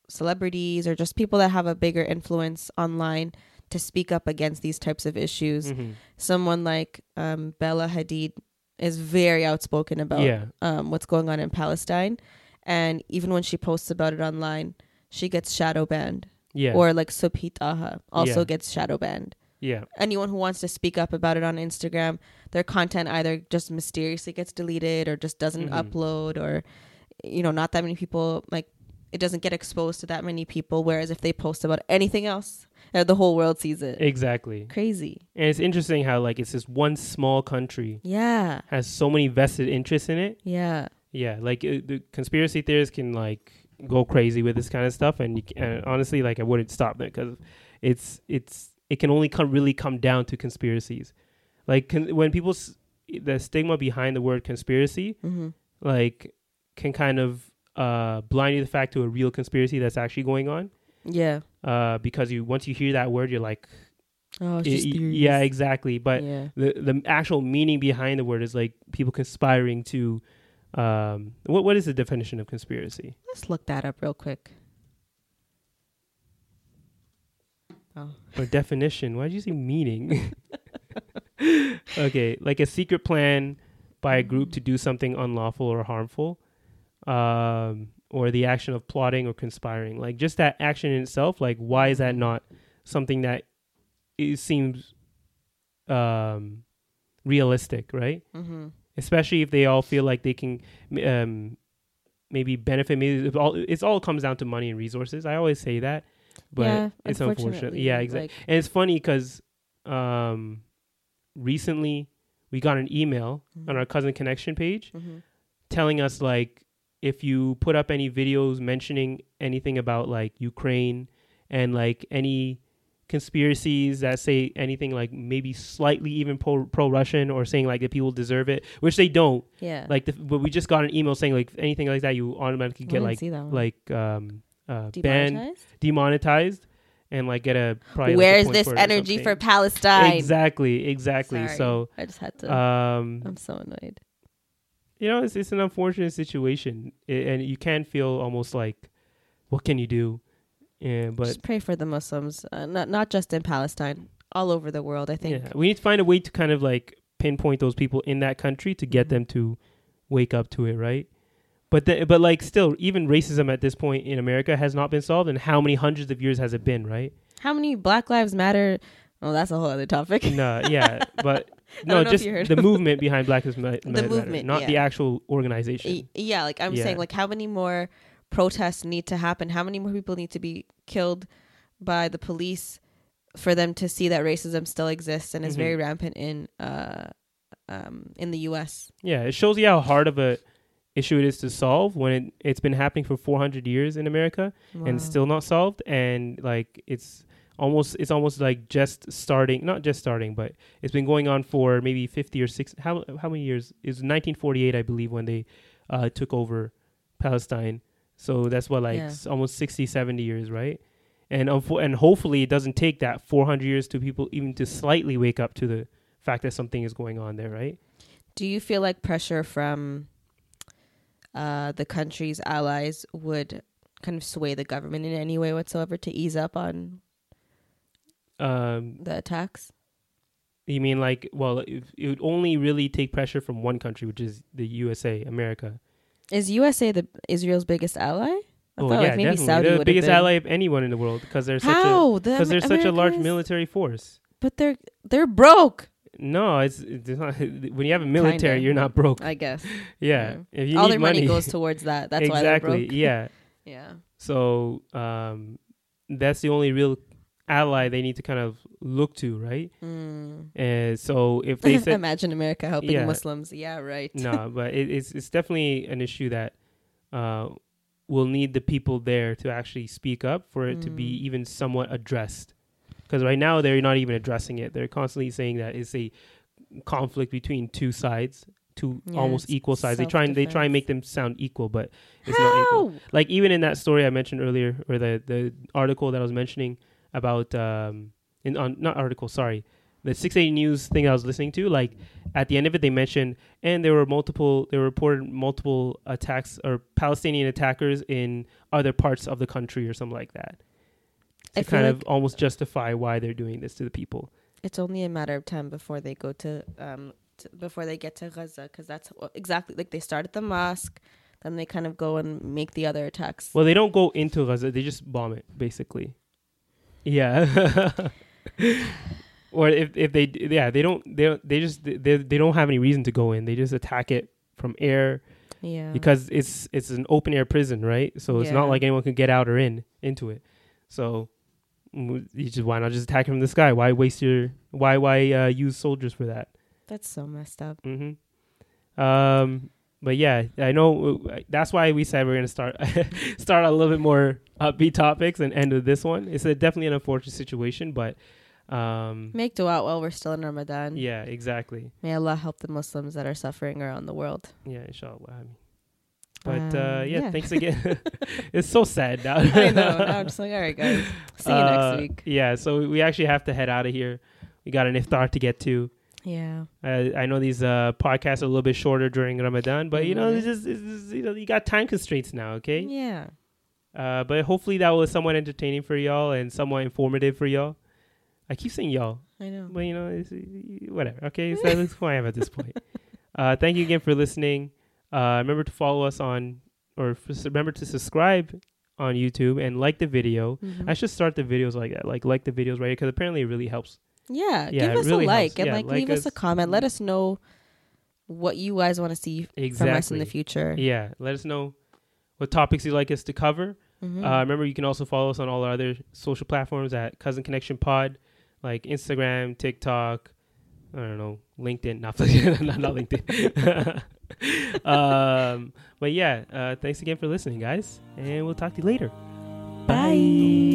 celebrities or just people that have a bigger influence online to speak up against these types of issues. Mm-hmm. Someone like um, Bella Hadid is very outspoken about Yeah. um, what's going on in Palestine. And even when she posts about it online, she ggets shadow banned. Yeah, Or like Subhi Taha also Yeah. gets shadow banned. yeah, Anyone who wants to speak up about it on Instagram, their content either just mysteriously gets deleted or just doesn't Mm-hmm. upload or you know, not that many people like it doesn't get exposed to that many people. Whereas if they post about anything else, uh, the whole world sees it. exactly. Crazy. And it's interesting how like it's this one small country Yeah. has so many vested interests in it. Yeah. Yeah, like uh, the conspiracy theorists can like go crazy with this kind of stuff. And, you, c- and honestly, like I wouldn't stop that because it's it's it can only come really come down to conspiracies. Like con- when people s- the stigma behind the word conspiracy, like can kind of uh, blind you to the fact to a real conspiracy that's actually going on. Yeah. Uh, because you once you hear that word, you're like, Oh, it's y- just y- theories. yeah, exactly. But Yeah. the the actual meaning behind the word is like people conspiring to. Um, what what is the definition of conspiracy? Let's look that up real quick. Oh. or definition. Why did you say [laughs] meaning? okay, like a secret plan by a group to Mm. do something unlawful or harmful, um, or the action of plotting or conspiring. Like just that action in itself. Like why is that Mm. not something that it seems um, realistic, right? Mm-hmm. Especially if they all feel like they can. Um, Maybe benefit me. All it's all comes down to money and resources. I always say that, but Yeah, it's unfortunate. unfortunately, Yeah, exactly. like- And it's funny because um, recently we got an email Mm-hmm. on our cousin connection page telling us like if you put up any videos mentioning anything about like Ukraine and like any conspiracies that say anything like maybe slightly even pro pro Russian or saying like that people deserve it, which they don't. Yeah. Like, the, but we just got an email saying like anything like that, you automatically I get didn't like see that one. like um uh, banned, Demonetized? demonetized, and like get a probably. Where is like, a point this for it or energy for something. Palestine? Exactly, exactly. Sorry. So, I just had to. um, I'm so annoyed. you know, it's it's an unfortunate situation, I and you can feel almost like, what can you do? Yeah, but just pray for the Muslims, uh, not not just in Palestine, all over the world. I think. yeah, we need to find a way to kind of like pinpoint those people in that country to Mm-hmm. get them to wake up to it, right? But the, but like still, even racism at this point in America has not been solved, and how many hundreds of years has it been, right? How many Black Lives Matter? Oh, that's a whole other topic. [laughs] No, uh, yeah, but know no, if just you heard the of- movement behind Black Lives Ma- Matter, movement, not the yeah. actual organization. Y- yeah, like I'm Yeah. saying, like how many more protests need to happen? How many more people need to be killed by the police for them to see that racism still exists and is Mhm. very rampant in uh um in the U.S. Yeah, it shows you how hard of a issue it is to solve when it, it's been happening for 400 years in America Wow. and still not solved. And like it's almost it's almost like just starting, not just starting, but it's been going on for maybe 50 or 60. How how many years? Is 1948, I believe, when they uh, took over Palestine. So that's what like Yeah. s- almost 60, 70 years, right? And unfo- and hopefully it doesn't take that 400 years to people even to slightly wake up to the fact that something is going on there, right? Do you feel like pressure from uh, the country's allies would kind of sway the government in any way whatsoever to ease up on Um, the attacks? You mean like well, it, it would only really take pressure from one country, which is the USA, America. Is USA the Israel's biggest ally? I oh thought yeah, like maybe definitely. Saudi They're the would have biggest been. ally of anyone in the world because they're such How a because they're such a large military force. But they're they're broke. No, it's, it's not, [laughs] when you have a military, Kinda. you're not broke. I guess yeah, if you all need their money, money [laughs] goes towards that. That's why they're exactly. broke. Yeah, [laughs] Yeah. so um, that's the only real ally they need to kind of look to, right? Mm. And so if [laughs] they said Imagine America helping Yeah. Muslims. Yeah, right. [laughs] no, but it, it's it's definitely an issue that uh, will need the people there to actually speak up for it to be Mm. even somewhat addressed. Because right now they're not even addressing it. They're constantly saying that it's a conflict between two sides, two Yeah, almost it's equal sides. They try and they try and self-defense. make them sound equal, but it's not equal. How? Like even in that story I mentioned earlier, or the the article that I was mentioning about um, in on not article, sorry, the 680 news thing I was listening to, like at the end of it, they mentioned, and there were multiple, there were reported multiple attacks or Palestinian attackers in other parts of the country or something like that. I To feel kind of like- almost justify why they're doing this to the people. it's only a matter of time before they go to um t before they get to Gaza because that's wh- exactly like they start at the mosque, then they kind of go and make the other attacks. Well, they don't go into Gaza; they just bomb it, basically. Yeah. [laughs] or if if they yeah they don't they don't- they just they they don't have any reason to go in. They just attack it from air. yeah, because it's it's an open air prison, right? So it's not Yeah. like anyone can get out or in into it. So mm, you just why not just attack it from the sky? Why waste your why why uh, use soldiers for that? that's so messed up. hmm Mm-hmm. Um, but yeah, I know uh, that's why we said we're gonna start [laughs] start a little bit more upbeat topics and end with this one. It's a, definitely an unfortunate situation, but um, Make dua while we're still in Ramadan. yeah, exactly. May Allah help the Muslims that are suffering around [laughs] the world. Yeah, inshallah. I mean. But Um, uh, yeah, yeah. thanks [laughs] again. [laughs] it's so sad now. I know. [laughs] Now I'm just like, all right, guys. See you Uh, next week. Yeah, so we- we actually have to head out of here. We got an iftar to get to. Yeah. I, I know these uh, podcasts are a little bit shorter during Ramadan, but you know, Mm-hmm. it's just, it's just, you know, you got time constraints now, okay? Yeah. Uh, but hopefully that was somewhat entertaining for y'all and somewhat informative for y'all. I keep saying y'all, I know. but you know, it's, whatever. Okay, so that's who I am at this point. Uh, thank you again for listening. Uh, remember to follow us on, or f- remember to subscribe on YouTube and like the video. I should start the videos like that, like like the videos right because apparently it really helps. Yeah. Yeah, it give us really a like helps. and Yeah, like, like leave us a us. comment. Let us know what you guys want to see Exactly. from us in the future. Yeah, let us know what topics you'd like us to cover. Mm-hmm. Uh, remember, you can also follow us on all our other social platforms at Cousin Connection Pod, like Instagram, TikTok, I don't know, LinkedIn, not, [laughs] not, not LinkedIn. [laughs] um, but yeah, uh, thanks again for listening, guys, and we'll talk to you later. Uh, Bye.